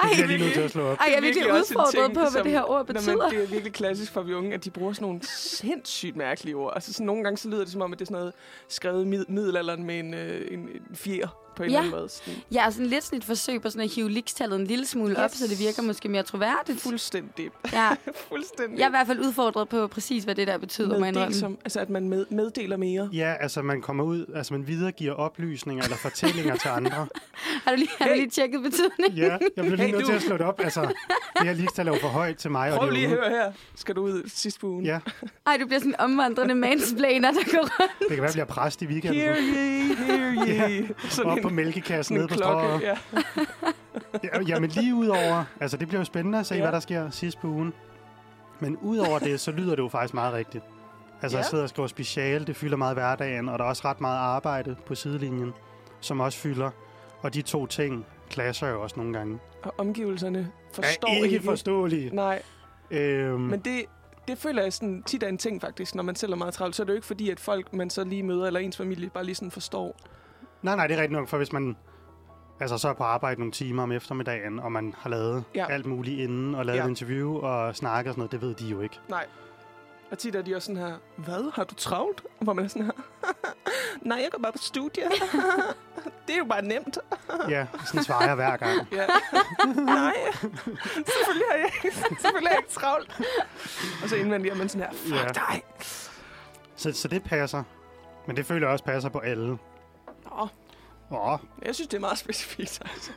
bliver jeg lige nødt til at slå op.
Ej,
Det
jeg er
er
virkelig
virkelig også en
udfordret
ting,
på, hvad
som-
det her ord
Nå,
betyder.
men det er virkelig klassisk for vi unge, at de bruger sådan nogle sindssygt mærkelige ord. Altså sådan nogle gange, så lyder det som om, at det er sådan noget skrevet i mid- middelalderen med en, øh, en, en fjer på en
Ja.
eller anden måde. Sådan,
Jeg er sådan lidt sådan et forsøg på sådan at hive likstallet en lille smule yes. op,
Yes.
så det virker måske mere troværdigt.
fuldstændig.
Ja.
fuldstændig.
Jeg [laughs] er i hvert fald udfordret på præcis, hvad det der betyder, må jeg indrømme.
meddelsom, altså at man med, meddeler mere.
Ja, altså man kommer ud, altså man videregiver oplysninger eller fortællinger til andre.
Har du lige, har du
Hey.
lige tjekket betydningen?
Ja, jeg blev lige
Hey,
nødt
du.
til at slå det op. Altså, det her ligestal er jo for højt til mig. og
Prøv
det er
lige at
unge.
høre her. Skal du ud sidst på ugen?
Ja,
Ej, du bliver sådan en omvandrende mansplaner, der går rundt.
det kan være, at jeg bliver præst i weekenden.
Hear ye, hear
[laughs]
ye. Sådan
Op
en-
på mælkekassen,
sådan
nede
en
på
klokke.
strået.
Ja.
Ja, Jamen lige udover, altså det bliver jo spændende at se,
Ja.
ja. hvad der sker sidst på ugen. Men udover det, så lyder det jo faktisk meget rigtigt. Altså
Ja.
ja. jeg sidder og skriver special, det fylder meget hverdagen, og der er også ret meget arbejde på sidelinjen, som også fylder. Og de to ting clasher jo også nogle gange.
Og omgivelserne forstår
er ikke,
ikke.
forståelige.
Nej,
Øhm,
men det, det føler jeg sådan, tit er en ting faktisk, når man selv er meget travlt. Så er det jo ikke fordi, at folk, man så lige møder, eller ens familie, bare lige sådan forstår.
Nej, nej, det er rigtigt nok, for hvis man altså, så er på arbejde nogle timer om eftermiddagen, og man har lavet
Ja.
ja. alt muligt inden, og lavet
Ja.
ja. interview og snakket og sådan noget, det ved de jo ikke.
Nej. Og tit er de også sådan her, hvad, har du travlt? Hvor man er sådan her, [laughs] nej, jeg går bare på studie. [laughs] det er jo bare nemt.
Ja, sådan svarer jeg hver
[laughs]
gang. [laughs]
Ja. nej, selvfølgelig har jeg, selvfølgelig har jeg ikke travlt. Og så indvendigt er man sådan her, fuck
Ja.
dig.
Så, så det passer. Men det føler jeg også passer på alle.
Nå,
Åh,
jeg synes, det er meget specifikt. Altså.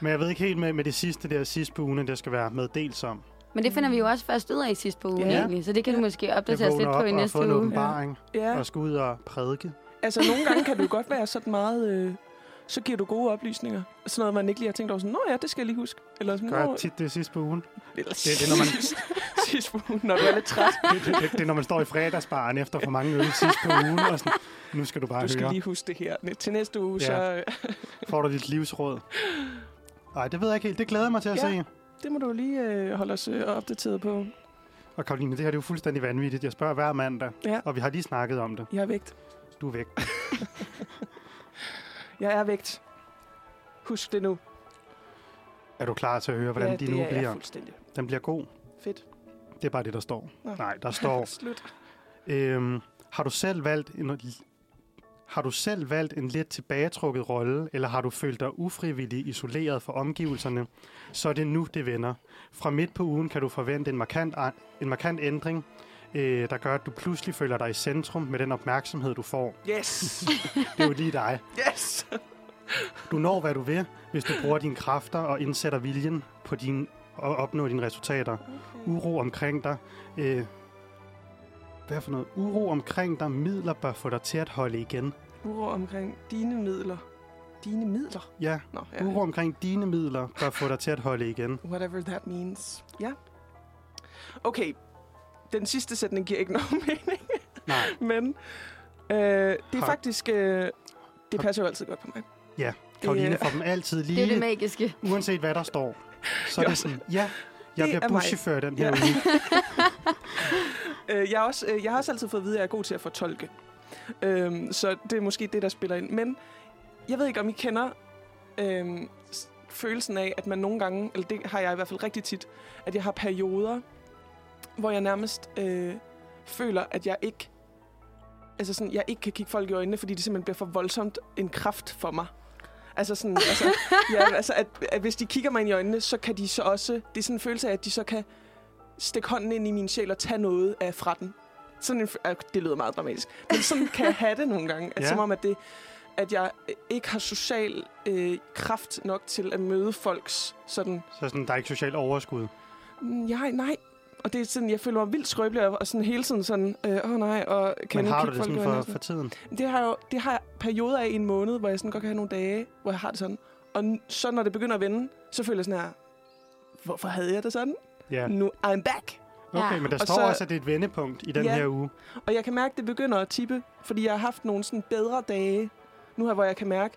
men jeg ved ikke helt med, med det sidste der sidste på ugen, at det skal være meddelsom.
Men det finder vi jo også først ud af i sidste på ugen,
Ja.
ja. egentlig. Så det kan du måske
Jeg
opdatere os lidt
vågner
på
op
i
og har
næste
fået en
uge.
åbenbaring,
Ja.
ja. og skal ud og prædike.
Altså, nogle gange kan du godt være sådan meget... Øh, så giver du gode oplysninger. Sådan noget, man ikke lige har tænkt over. Sådan, Nå ja, det skal jeg lige huske. Eller sådan,
Gør jeg
Nå,
tit det sidste på ugen.
eller
det er det, når man-
sidst- [laughs] sidst på ugen, når du er lidt træt.
Det, det, det, det er, når man står i fredagsbaren efter for mange øl sidste på ugen, og sådan, nu skal du bare
Du skal
høre.
lige huske det her. Til næste uge,
Ja.
ja. så... øh,
Får du dit livsråd? Nej, det ved jeg ikke helt. Det glæder jeg mig til at
Ja.
ja. se.
Det må du lige øh, holde os øh, opdateret på.
Og Karoline, det her det er jo fuldstændig vanvittigt. Jeg spørger hver mandag,
Ja.
og vi har lige snakket om det.
Jeg er vægt.
Du er væk.
Jeg er vægt. Husk det nu.
Er du klar til at høre, hvordan
ja,
ja, din
det
uge
er
bliver?
jeg fuldstændig.
Den bliver god.
Fedt.
Det er bare det, der står.
Nå.
Nej, der
[laughs]
står...
Slut.
øhm, har du selv valgt en... Har du selv valgt en lidt tilbagetrukket rolle, eller har du følt dig ufrivillig isoleret fra omgivelserne, så er det nu, det vender. Fra midt på ugen kan du forvente en markant, en markant ændring, øh, der gør, at du pludselig føler dig i centrum med den opmærksomhed, du får.
Yes!
Det er jo lige dig.
Yes!
Du når, hvad du vil, hvis du bruger dine kræfter og indsætter viljen på din, og opnå dine resultater. Uro omkring dig. Øh, hvad for noget? Uro omkring dig. Midler bør få dig til at holde igen.
[laughs] Uro omkring dine midler. Dine midler?
Ja,
Nå, ja.
uro omkring dine midler bør få dig til at holde igen.
Whatever that means. Ja. Okay. Den sidste sætning giver ikke [laughs] nogen mening,
Nej,
men øh, det er
Har-
faktisk... Øh, det
Har-
passer jo altid godt på mig.
Ja,
[laughs] Det,
Karoline
øh,
får dem altid
Det er jo det
lige,
magiske.
uanset hvad der står. Så er
Jo.
det sådan, ja, jeg
Det er
bliver
mig.
buschauffør den her
Ja.
uge.
[laughs] øh, jeg, er også, øh, jeg har også altid fået at vide, at jeg er god til at fortolke. Øhm, så det er måske det, der spiller ind. Men jeg ved ikke, om I kender øhm, s- følelsen af, at man nogle gange, eller det har jeg i hvert fald rigtig tit, at jeg har perioder, hvor jeg nærmest øh, føler, at jeg ikke altså sådan, jeg ikke kan kigge folk i øjnene, fordi det simpelthen bliver for voldsomt en kraft for mig. Altså sådan, altså, ja, altså at, at, hvis de kigger mig ind i øjnene, så kan de så også, det er sådan en følelse af, at de så kan stikke hånden ind i min sjæl og tage noget af fra den. Sådan en, f- ah, det lyder meget dramatisk, men sådan kan jeg have det nogle gange. At,
Ja.
Som om, at, det, at jeg øh, ikke har social øh, kraft nok til at møde folks sådan,
Så sådan, der er ikke social overskud.
"Mm, jeg, nej, og det er sådan, jeg føler mig vildt skrøbelig, og og sådan hele tiden sådan, øh, åh nej, og kan
Men
jeg nu
har
kigge
du det
folk i
sådan
øjnene
for,
og sådan?
for tiden?
Det har, jeg jo, det har jeg perioder af i en måned, hvor jeg sådan godt kan have nogle dage, hvor jeg har det sådan. Og n- så når det begynder at vende, så føler jeg sådan her, hvorfor havde jeg det sådan?
Ja.
Nu I'm back.
Okay,
Ja.
men der
Mm. Og
står
så-
også, at det er et vendepunkt i den
Ja.
her uge.
Og jeg kan mærke, at det begynder at tippe, fordi jeg har haft nogle sådan bedre dage nu her, hvor jeg kan mærke,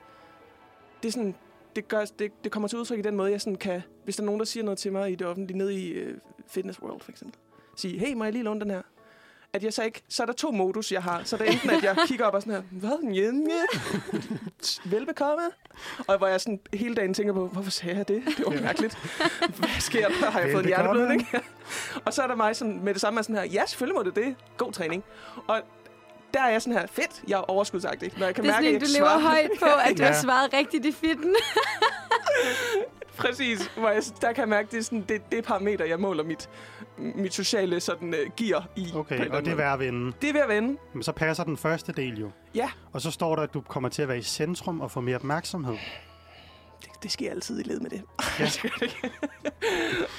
det, er sådan, det, gør, det, det kommer til udtryk i den måde, jeg sådan kan, hvis der er nogen, der siger noget til mig i det offentlige, ned i øh, Fitness World for eksempel, sige, hey, må jeg lige låne den her? At jeg så ikke, så er der to modus, jeg har. Så er der enten, at jeg kigger op og sådan her, hvad, Jenne? [laughs] Velbekomme. Og hvor jeg sådan hele dagen tænker på, hvorfor sagde jeg det? Det var mærkeligt. Hvad sker der? Har jeg fået en
Velbekomme.
hjerneblødning? [laughs] Og så er der mig som med det samme er sådan her, ja, selvfølgelig må det det. God træning. Og der er jeg sådan her, fedt, jeg er overskudsagtig, når jeg kan
det er
mærke,
sådan, en,
at
du
jeg
lever
svarer.
højt på, at du
Ja.
har svaret rigtigt i fitten.
[laughs] Præcis, hvor jeg, der kan jeg mærke, det er sådan, det, det parameter, jeg måler mit, mit sociale sådan, uh, gear i. på en eller
Okay, og
anden
det er
måde.
værd at vende.
Det er ved at vende.
Men så passer den første del jo.
Ja,
Og så står der, at du kommer til at være i centrum og få mere opmærksomhed.
det, det sker altid i led med det. [laughs]
Ja.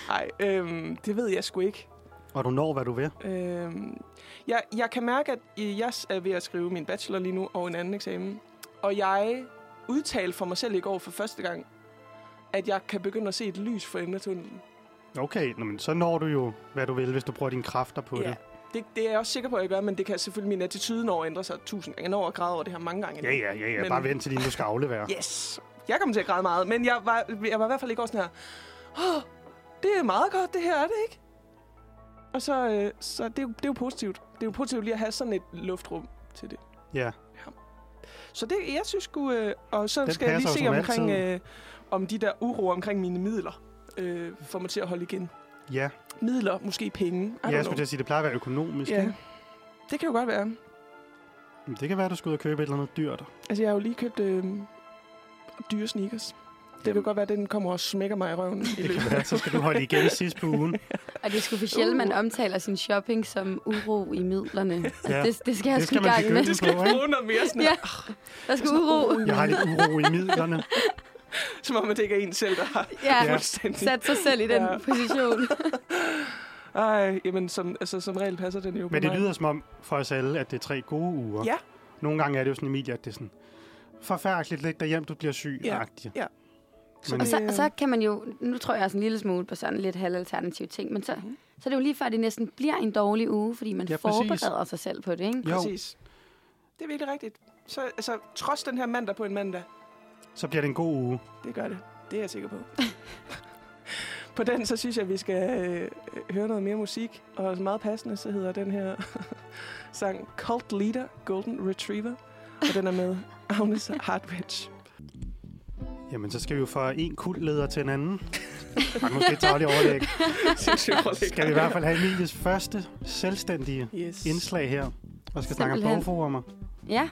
Nej, øhm, det ved jeg sgu ikke.
Og du når, hvad du vil.
Øhm, jeg, jeg kan mærke, at øh, jeg s- er ved at skrive min bachelor lige nu og en anden eksamen. Og jeg udtalte for mig selv i går for første gang, at jeg kan begynde at se et lys for enden af tunnelen.
Okay, nå, men så når du jo, hvad du vil, hvis du bruger dine kræfter på det.
det. Det er jeg også sikker på, at jeg gør, men det kan selvfølgelig min attitude når at ændre sig tusind gange. Jeg når at græde over det her mange gange.
Ja, ja, ja, ja.
Men-
Bare vent til din, du skal
[laughs]
aflevere.
Yes! Jeg kommer til at græde meget, men jeg var, jeg var i hvert fald ikke også sådan her, oh, det er meget godt, det her er det ikke? Og så, øh, så det, er jo, det er jo positivt. Det er jo positivt lige at have sådan et luftrum til det.
Ja.
Så det, jeg synes sgu... Øh, og så
Den
skal jeg lige
passer
se
jo som
omkring,
altid.
øh, om de der uro omkring mine midler øh, får mig til at holde igen.
Ja,
Midler, måske penge. I
ja
don't
jeg skulle til
know.
at sige, det plejer at være økonomisk.
ja.
ikke?
Det kan jo godt være.
Men Det kan være, du skal ud og købe et eller andet dyrt.
Altså, jeg har jo lige købt øh, dyre sneakers. Det kan godt være, at den kommer og smækker mig i røven i
Det
løbet
kan være, så skal du holde igen sidst på ugen.
Og det er sgu for sjældent, man
Uh.
omtaler sin shopping som uro i midlerne. Altså,
Ja.
ja. det, det skal jeg
Det
sgu i
skal man
gang med.
begynde.
Det skal
på,
ikke
ikke?
bruge noget mere sådan,
Ja.
ja.
Der skal uro.
Jeg har lidt uro i midlerne.
som om at det ikke er en selv, der har [laughs]
Ja,
fuldstændig.
sat sig selv i den
Ja.
position.
Ej, jamen, som, altså, som regel passer den jo på
Men det
mig.
lyder som om for os alle, at det er tre gode uger.
Ja.
Nogle gange er det jo sådan, Emilie, at det er sådan forfærdeligt lidt derhjemme, du bliver syg.
Ja.
agtigt.
Ja.
Men,
Og så,
Det,
og
øh,
så kan man jo, nu tror jeg også en lille smule på sådan lidt halvalternative ting, men så,
Mhm.
så er det jo lige før, at det næsten bliver en dårlig uge, fordi man
Ja,
ja,
præcis.
forbereder sig selv på det, ikke?
jo,
Præcis. Det er virkelig rigtigt. Så altså, trods den her mandag på en mandag,
så bliver det en god uge.
det gør det. Det er jeg sikker på. [laughs] på den, så synes jeg, at vi skal øh, høre noget mere musik. Og meget passende, så hedder den her [laughs] sang Cult Leader, Golden Retriever. Og den er med Agnes
[laughs]
Hartwich.
Jamen, så skal vi jo fra en kultleder til en anden. Man måske tage det
[laughs]
overlæg.
Sindssygt overlæg.
Skal vi i hvert fald have Emilies første selvstændige
Yes.
indslag her. Og skal snakke om
Simpelthen.
bogformer.
Ja.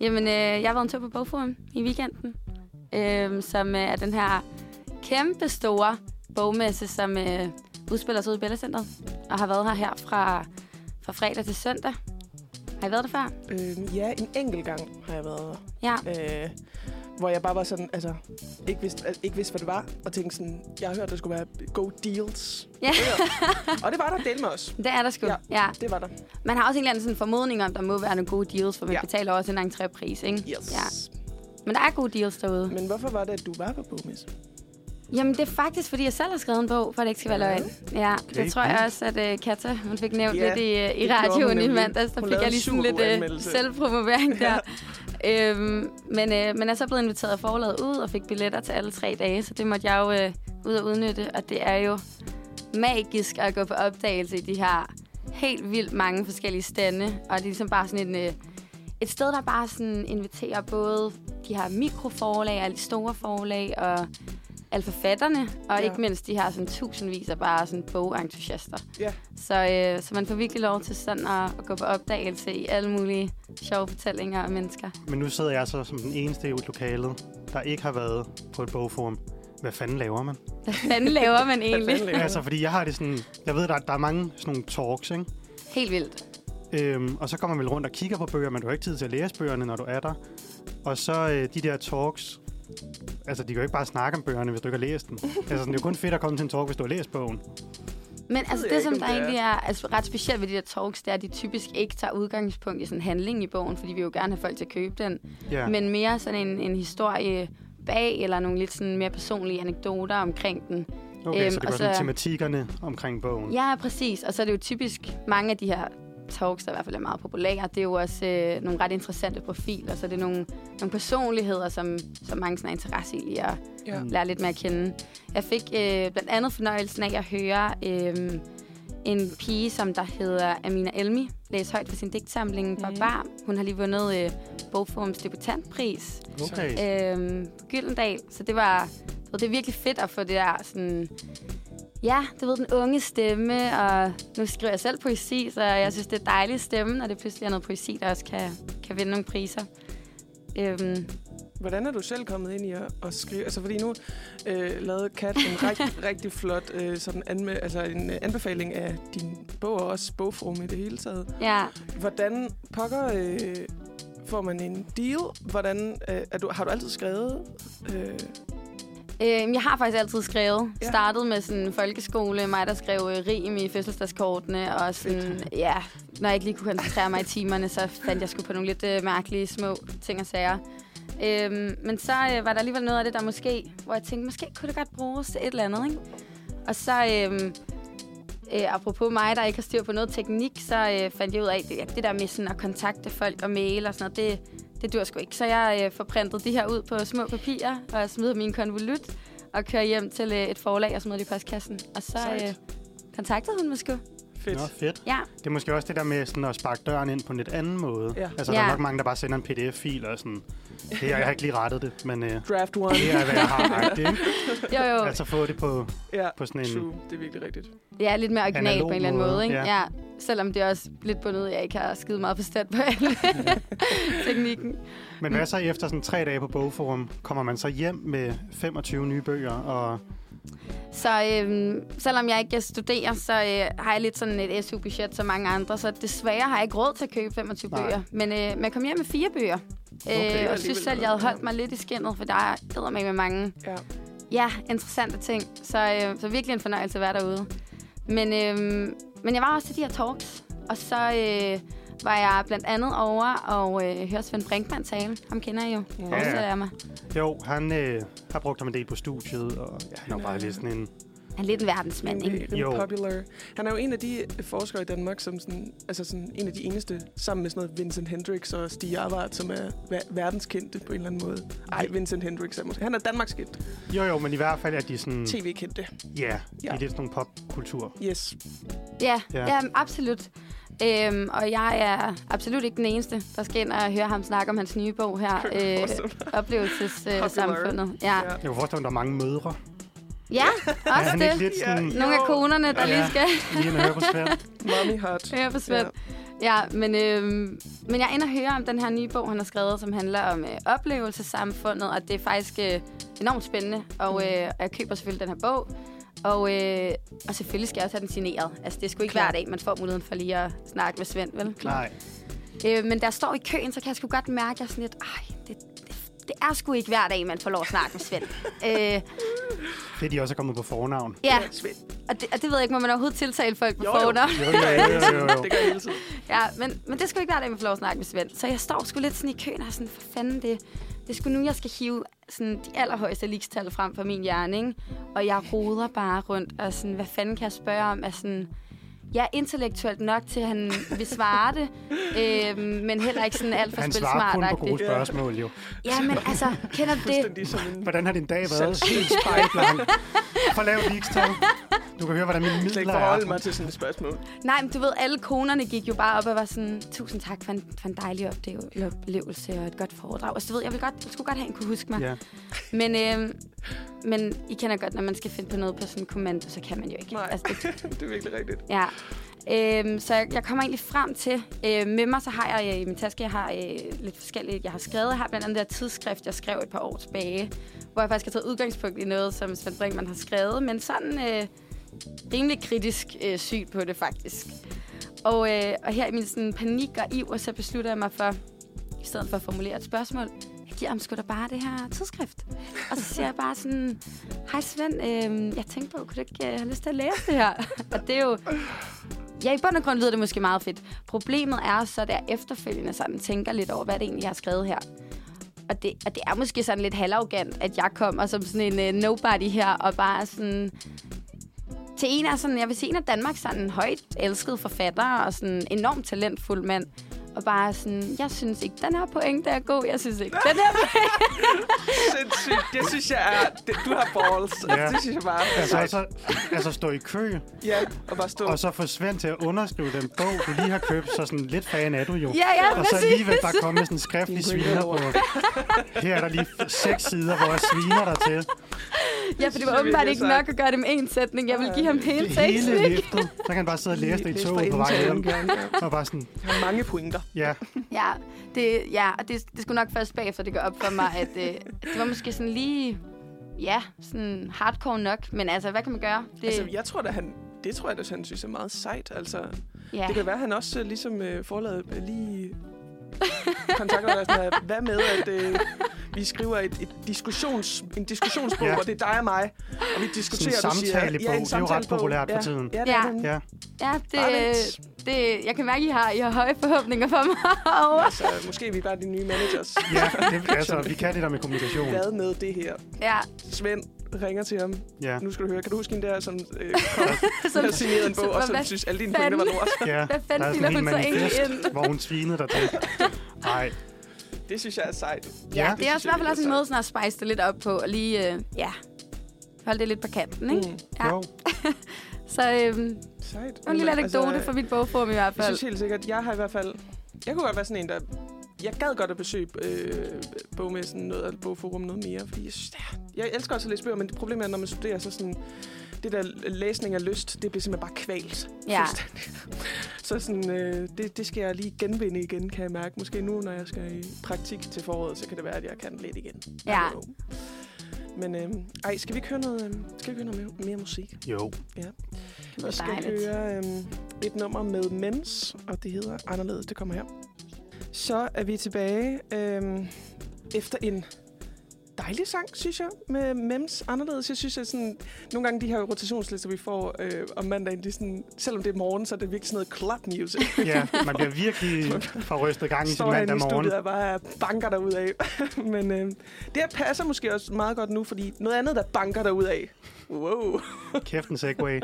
Jamen, øh, jeg har været en tur på Bogforum i weekenden, øh, som øh, er den her kæmpe store bogmesse, som øh, udspiller sig ude i Bella Centeret, og har været her, her fra, fra fredag til søndag. Har I været der før?
Øh, ja, en enkelt gang har jeg været
Ja.
der. Øh, hvor jeg bare var sådan, altså, ikke vidste, altså, ikke vidste, hvad det var. Og tænkte sådan, jeg har hørt, der skulle være gode deals.
Ja.
og det var der del med os.
Det er der sgu.
Ja.
Ja. ja.
Det var der.
Man har også en eller anden sådan formodning om, der må være nogle gode deals, for man
Ja.
ja. betaler også en entrépris, ikke?
Yes.
Ja. Men der er gode deals derude.
Men hvorfor var det, at du var på bogmesse?
Jamen, det er faktisk, fordi jeg selv har skrevet en bog, for at det ikke skal være løgn. Ja,
Okay,
det tror jeg
cool.
også, at uh, Katja, hun fik nævnt
Ja,
yeah, lidt i, uh,
det
i
gjorde hun
radioen i
nemlig.
mandags. Der
Hun
fik
lavede
jeg lige
en
sådan
supergod
lidt uh,
anmeldelse.
selvpromovering
[laughs]
der. øhm, men, uh, men er så blevet inviteret af forlaget ud og fik billetter til alle tre dage, så det måtte jeg jo uh, ud og udnytte. Og det er jo magisk at gå på opdagelse i de her helt vildt mange forskellige stande. Og det er ligesom bare sådan en... Uh, et sted, der bare sådan inviterer både de her mikroforlag og de store forlag og alle forfatterne, og
Ja.
ja. ikke mindst de her sådan, tusindvis af bare sådan, bogentusiaster.
Ja.
Så, øh, så man får virkelig lov til sådan at, at gå på opdagelse i alle mulige sjove fortællinger og mennesker.
Men nu sidder jeg så som den eneste i lokalet, der ikke har været på et bogforum. Hvad fanden laver man?
Hvad fanden laver
[laughs]
man egentlig?
Hvad fanden
Ja.
laver
Altså, fordi jeg har det sådan... Jeg ved, der, der er mange sådan nogle talks, ikke?
Helt vildt.
Øhm, og så kommer man vel rundt og kigger på bøger, men du har ikke tid til at læse bøgerne, når du er der. Og så øh, de der talks, altså de kan jo ikke bare snakke om bøgerne, hvis du ikke har læst
[laughs]
dem. altså sådan, det er jo kun fedt at komme til en talk, hvis du har læst bogen.
Men altså,
jeg
det,
ikke,
som
om
der
det er.
egentlig er altså, ret specielt ved de der talks, det er, at de typisk ikke tager udgangspunkt i sådan handling i bogen, fordi vi jo gerne har folk til at købe den.
Ja,
men mere sådan en, en historie bag, eller nogle lidt sådan mere personlige anekdoter omkring den.
Okay,
Øhm,
så det
og
går sådan
så-
tematikkerne omkring bogen.
Ja, præcis. Og så er det jo typisk mange af de her talks, der i hvert fald er meget populære, det er jo også øh, nogle ret interessante profiler, så det er nogle, nogle personligheder, som, som mange sådan har interesse i lige at
Ja.
lære lidt mere at kende. Jeg fik øh, blandt andet fornøjelsen af at høre øh, en pige, som der hedder Amina Elmi, læse højt for sin digtsamling Barbar. Hun har lige vundet øh, Bogforums debutantpris
Okay.
øh, på Gyldendal. Så det var du ved, det er virkelig fedt at få det der sådan... Ja, du ved, den unge stemme, og nu skriver jeg selv poesi, så jeg synes, det er dejligt stemme, og det pludselig er noget poesi, der også kan, kan vinde nogle priser. Øhm,
Hvordan er du selv kommet ind i at, at skrive? Altså, fordi nu øh, lavede Kat en rigtig, rigtig flot øh, sådan anme, altså en øh, anbefaling af din bog og også bogform i det hele taget.
ja.
Hvordan pokker øh, får man en deal? Hvordan, øh, er du, har du altid skrevet? Øh,
Øhm, jeg har faktisk altid skrevet.
Ja.
Ja. Startet med sådan folkeskole, mig der skrev øh, rim i fødselsdagskortene, og sådan,
Fedt.
ja, når jeg ikke lige kunne koncentrere mig i timerne, så fandt jeg sgu på nogle lidt øh, mærkelige små ting og sager. Øhm, men så øh, var der alligevel noget af det, der måske, hvor jeg tænkte, måske kunne det godt bruges til et eller andet, ikke? Og så, øhm, øh, apropos mig, der ikke har styr på noget teknik, så øh, fandt jeg ud af, at det der med sådan at kontakte folk og mail og sådan noget, det, det dur sgu ikke. Så jeg øh, får printet de her ud på små papirer og smider min konvolut og kører hjem til øh, et forlag og smider det i postkassen. Og så
Sejt.
øh, kontaktede hun mig sgu.
fedt.
Nå, fedt.
Ja,
Det er måske også det der med sådan at sparke døren ind på en lidt anden måde.
Ja.
Altså, der er
Ja.
nok mange, der bare sender en pdf-fil og sådan. Det, jeg, jeg har ikke lige rettet det, men øh,
Draft one.
det er, hvad jeg har
[laughs]
det, ikke?
jo jo.
Altså få det på...
ja,
på sådan en-
True. Det er virkelig rigtigt.
Ja, lidt mere original
Analog
på en eller anden
måde,
måde, ikke?
ja.
Ja. ja. Selvom det er også lidt bundet, af, at jeg ikke har skide meget forstand på
[laughs]
alle teknikken.
Men hvad så efter sådan tre dage på bogforum? Kommer man så hjem med 25 nye bøger? Og
Så øhm, selvom jeg ikke studerer, så øh, har jeg lidt sådan et SU-budget som mange andre, så desværre har jeg ikke råd til at købe 25
Nej.
Nej. bøger. Men øh, man kom hjem med fire bøger.
Okay.
Okay, øh, og
Alligevel
synes selv,
noget.
jeg havde holdt mig lidt i skinnet, for der er med med mange
Ja.
ja, interessante ting. Så, øh, så virkelig en fornøjelse at være derude. Men, øh, men jeg var også til de her talks, og så øh, var jeg blandt andet over og øh, hørte Svend Brinkmann tale. Ham kender I jo,
Ja.
forestiller jeg mig.
jo, han øh, har brugt ham en del på studiet, og ja, han er jo bare lige sådan en...
Han er lidt en verdensmand,
Rimelig-
ikke?
rimelig
Jo.
Popular. Han er jo en af de forskere i Danmark, som sådan, altså sådan en af de eneste, sammen med sådan noget Vincent Hendricks og Stig Arvart, som er ver- verdenskendte på en eller anden måde. Ej, Vincent Hendricks er måske. Han er Danmarks kendte.
Jo, jo, men i hvert fald er de sådan...
TV-kendte.
Ja,
Ja.
yeah, i lidt sådan nogle popkultur.
Yes.
Ja,
Ja.
ja. ja absolut. Øhm, og jeg er absolut ikke den eneste, der skal ind og høre ham snakke om hans nye
[laughs]
bog her.
Kan jeg
Øh,
forestille
Oplevelsessamfundet. Ja.
Ja.
Jeg kunne forestille mig, der er mange mødre.
ja,
er
også
han ikke
det.
lidt sådan...
Ja.
Nogle af konerne, der
Ja.
lige skal
Lige en høre på Svend?
[laughs] Mommy hot.
høre på Svend. Ja, men, øhm, men jeg er inde og høre om den her nye bog, han har skrevet, som handler om øh, oplevelsessamfundet, og det er faktisk øh, enormt spændende, og, øh, og jeg køber selvfølgelig den her bog, og, øh, og selvfølgelig skal jeg også have den signeret. Altså, det er sgu ikke
Klart.
hver dag, man får muligheden for lige at snakke med Svend, vel?
Nej.
Øh, men der står i køen, så kan jeg sgu godt mærke, at jeg er sådan lidt, ej, det, det, det er sgu ikke hver dag, man får lov at snakke med
[laughs]
Svend. øh,
Det er de også er kommet på fornavn.
ja,
Svend.
og det, og det ved jeg ikke, må man overhovedet tiltale folk på
Jo, jo.
fornavn?
Jo, jo, jo, jo,
[laughs]
jo.
Det gør jeg hele tiden.
Ja, men, men det skulle ikke være det, man får lov at snakke med Svend. Så jeg står sgu lidt sådan i køen og er sådan, for fanden det, det skulle nu, jeg skal hive sådan de allerhøjeste ligestal frem fra min hjerne, ikke? Og jeg roder bare rundt og sådan, hvad fanden kan jeg spørge om? Er sådan, jeg er intellektuelt nok til, at han vil svare
[laughs]
det, øh, men heller ikke sådan alt for
Han svarer kun på
spilsmart
gode spørgsmål, jo.
Ja, men altså, kender du det?
Fuldstændig som en...
Hvordan har din dag været?
Selv-
Helt spejlblank. [laughs] For lav ligestal. Du kan høre, hvordan mine
Jeg kan ikke
midler er.
forholde mig til sådan et spørgsmål. [laughs]
Nej, men du ved, alle konerne gik jo bare op og var sådan, tusind tak for en, for en dejlig opdage- oplevelse og et godt foredrag. Og så du ved, jeg, ville godt, jeg skulle godt have, at han kunne huske mig.
Ja.
Men, øh, men I kender godt, når man skal finde på noget på sådan en kommando, så kan man jo ikke.
Nej,
Altså, det,
det er virkelig rigtigt.
ja. Øhm, så jeg, jeg kommer egentlig frem til, øh, med mig så har jeg øh, i min taske, jeg har øh, lidt forskelligt, jeg har skrevet. Jeg har blandt andet det her tidsskrift, jeg skrev et par år tilbage, hvor jeg faktisk har taget udgangspunkt i noget, som Svend Brinkmann har skrevet, men sådan øh, rimelig kritisk øh, syn på det faktisk. Og, øh, og her i min sådan, panik og iver, så beslutter jeg mig for, i stedet for at formulere et spørgsmål, jeg giver ham sgu da bare det her tidsskrift. Og så siger jeg bare sådan, hej Svend, øh, jeg tænkte på, kunne du ikke øh, have lyst til at læse det her? [laughs] og det er jo... Ja, i bund og grund lyder det måske meget fedt. Problemet er så, at jeg efterfølgende sådan tænker lidt over, hvad det egentlig, jeg har skrevet her. og det, og det er måske sådan lidt halvarrogant, at jeg kommer som sådan en uh, nobody her, og bare er sådan... Til en af sådan, jeg vil sige, en af Danmarks sådan højt elskede forfatter, og sådan en enormt talentfuld mand. Og bare er sådan, jeg synes ikke, den her pointe er god, jeg synes ikke, den her
Sindssygt. Det synes jeg er... Det, du har balls.
Ja.
Ja. Det synes jeg bare.
Altså, altså, altså stå i kø,
Ja, og bare stå.
og så få Svend til at underskrive den bog, du lige har købt, så sådan lidt fan er du jo.
Ja, ja,
og så
præcis.
alligevel bare komme med sådan en skriftlig
Din
sviner på. Her er der lige f- seks sider, hvor jeg sviner dig til.
Ja, for det
synes
var
jeg
åbenbart
virkelig
ikke
er
nok at gøre det med én sætning. Jeg vil give ham hele
Det hele
teksten.
hæftet. Så kan han bare sidde og læse det i
Læs
toget
dig
på vej
inden
hjem.
til hjem, gerne, ja.
Og bare sådan,
Jeg har mange pointer.
ja,
Ja, det, ja, og det, det skulle nok først bagefter, det går op for mig, at øh, det var måske sådan lige... Ja, sådan hardcore nok, men altså, hvad kan man gøre? Det,
Altså, jeg tror da, han... Det tror jeg da, han synes er meget sejt. Altså, ja.
ja.
Det kan være, han også øh, ligesom øh, forladet øh, lige [laughs] kontakter dig sådan her, hvad med, at øh, vi skriver et, et diskussions, en diskussionsbog,
Ja.
ja. hvor det er dig og mig, og vi diskuterer,
Sådan en
du siger...
samtalebog. Det er jo ret
samtalebog.
populært for
ja.
tiden.
Ja, det er
Ja.
den.
ja.
ja
Bare
det, det, jeg kan mærke, at I har, I har høje forhåbninger for mig [laughs] herovre.
Altså, måske er vi bare de nye managers.
Ja, det, altså, vi kan det der med kommunikation.
Hvad med det her?
Ja,
Svend ringer til ham.
Ja,
Nu skal du høre. Kan du huske hende der,
[laughs]
som øh,
som,
har signeret en bog, og som
hvad
synes, alle dine pointer var
fanden?
lort?
ja.
hvad
Der
fanden
er
bilder
sådan en
hun så egentlig
manifest,
ind?
hvor hun svinede dig til. Nej,
Det synes jeg er sejt.
ja.
Det er også i hvert fald også en
Altså.
måde sådan at spice det lidt op på, og lige, øh, ja, holde det lidt på kanten, ikke?
Mm,
Ja.
Jo,
Så øhm,
sejt.
en lille anekdote
Altså,
fra mit bogforum i hvert
Jeg
fald.
synes helt sikkert, jeg har i hvert fald... Jeg kunne godt være sådan en, der... Jeg gad godt at besøge øh, bogmessen noget, eller bogforum noget mere, fordi jeg synes, det er, Jeg elsker også at læse bøger, men det problem er, når man studerer, så sådan... Det der læsning af lyst, det bliver simpelthen bare kvalt.
Ja.
Fuldstændig. Så sådan, øh, det, det skal jeg lige genvinde igen, kan jeg mærke. Måske nu, når jeg skal i praktik til foråret, så kan det være, at jeg kan lidt igen.
Ja.
I don't know. Men øh, ej, skal vi ikke høre noget, øh, skal vi ikke høre noget mere, mere musik?
jo.
Det
Vi
lyder
skal
dejligt.
høre øhm, et nummer med Mens, og det hedder Anderledes. Det kommer her. Så er vi tilbage øhm, efter en dejlig sang, synes jeg, med Mems Anderledes. Jeg synes, at sådan, nogle gange de her rotationslister, vi får øh, om mandagen, de er sådan, selvom det er morgen, så er det virkelig sådan noget club music.
Ja, man bliver virkelig forrystet gang i sin
Står herinde
mandag
i
morgen.
studiet og bare banker derud af. [laughs] Men øh, det her passer måske også meget godt nu, fordi noget andet, der banker derud af. Wow.
Kæft en segway.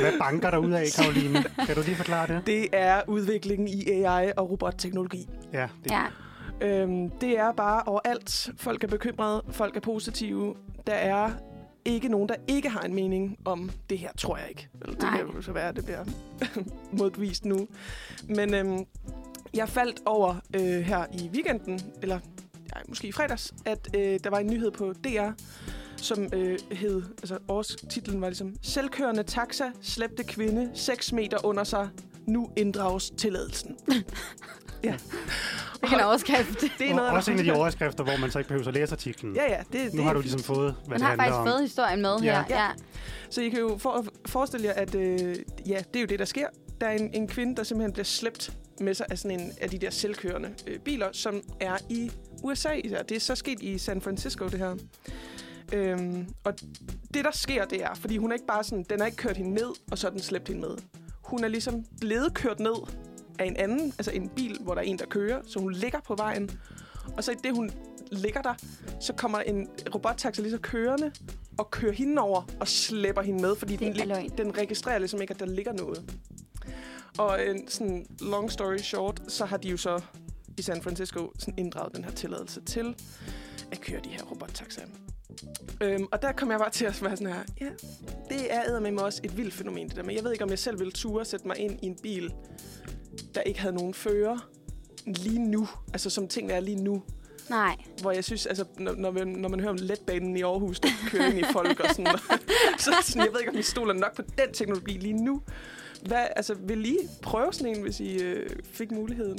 Hvad banker der ud af, Karoline? Kan du lige forklare det?
Det er udviklingen i AI og robotteknologi.
Ja, det
Ja,
Øhm, det er bare overalt. Folk er bekymrede, folk er positive. Der er ikke nogen, der ikke har en mening om det her, tror jeg ikke. Eller det
Nej.
kan jo så være, at det bliver [laughs] modvist nu. Men øhm, jeg faldt over øh, her i weekenden, eller ja, måske i fredags, at øh, der var en nyhed på DR, som øh, hed, altså års, titlen var ligesom, Selvkørende taxa slæbte kvinde 6 meter under sig. Nu inddrages tilladelsen. ja.
det kan overskrift.
Det
er og
der
også en af de
faktisk-
overskrifter, hvor man så ikke behøver at læse artiklen.
Ja, ja. Det,
Nu
det,
har du ligesom fået, hvad
Man
det
har
handler
faktisk
om.
fået historien med
Ja.
her. Ja.
Så I kan jo for, forestille jer, at øh, ja, det er jo det, der sker. Der er en, en kvinde, der simpelthen bliver slæbt med sig af sådan en af de der selvkørende øh, biler, som er i USA. især. Det er så sket i San Francisco, det her. Øhm, og det, der sker, det er, fordi hun er ikke bare sådan, den har ikke kørt hende ned, og så har den slæbt hende med. Hun er ligesom blevet kørt ned af en anden, altså en bil, hvor der er en, der kører, så hun ligger på vejen. Og så i det, hun ligger der, så kommer en robottaxa lige så kørende og kører hende over og slæber hende med, fordi
Det
den,
er løgn.
lig- den registrerer ligesom ikke, at der ligger noget. Og en sådan long story short, så har de jo så i San Francisco sådan inddraget den her tilladelse til at køre de her robottaxaer. Øhm, og der kom jeg bare til at være sådan her, ja, det er med mig også et vildt fænomen, det der. Men jeg ved ikke, om jeg selv ville ture at sætte mig ind i en bil, der ikke havde nogen fører lige nu. Altså som tingene er lige nu.
Nej.
Hvor jeg synes, altså, når, når, man, når man hører om letbanen i Aarhus, der kører ind i folk og sådan. [laughs] så er det sådan, jeg ved ikke, om vi stoler nok på den teknologi lige nu. Hvad, altså, vil I prøve sådan en, hvis I øh, fik muligheden?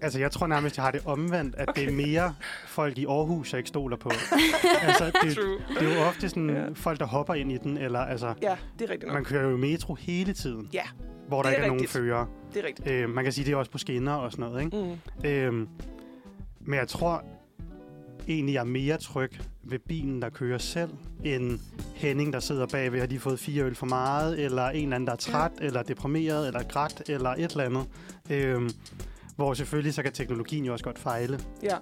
Altså, jeg tror nærmest, jeg har det omvendt, at det er mere folk i Aarhus, jeg ikke stoler på. altså, det,
True.
det er jo ofte sådan
Ja.
folk, der hopper ind i den, eller altså,
Ja, det er rigtigt nok.
man kører jo metro hele tiden,
Ja,
hvor der
det
ikke
er
er nogen
rigtigt.
fører.
det er rigtigt.
Øh, man kan sige, det er også på skinner og sådan noget, ikke?
Mm.
Øhm, men jeg tror egentlig, jeg er mere tryg ved bilen, der kører selv, end Henning, der sidder bagved, har de fået fire øl for meget, eller en eller anden, der er træt, ja. eller deprimeret, eller grædt, eller et eller andet. Øhm, hvor selvfølgelig så kan teknologien jo også godt fejle.
Ja,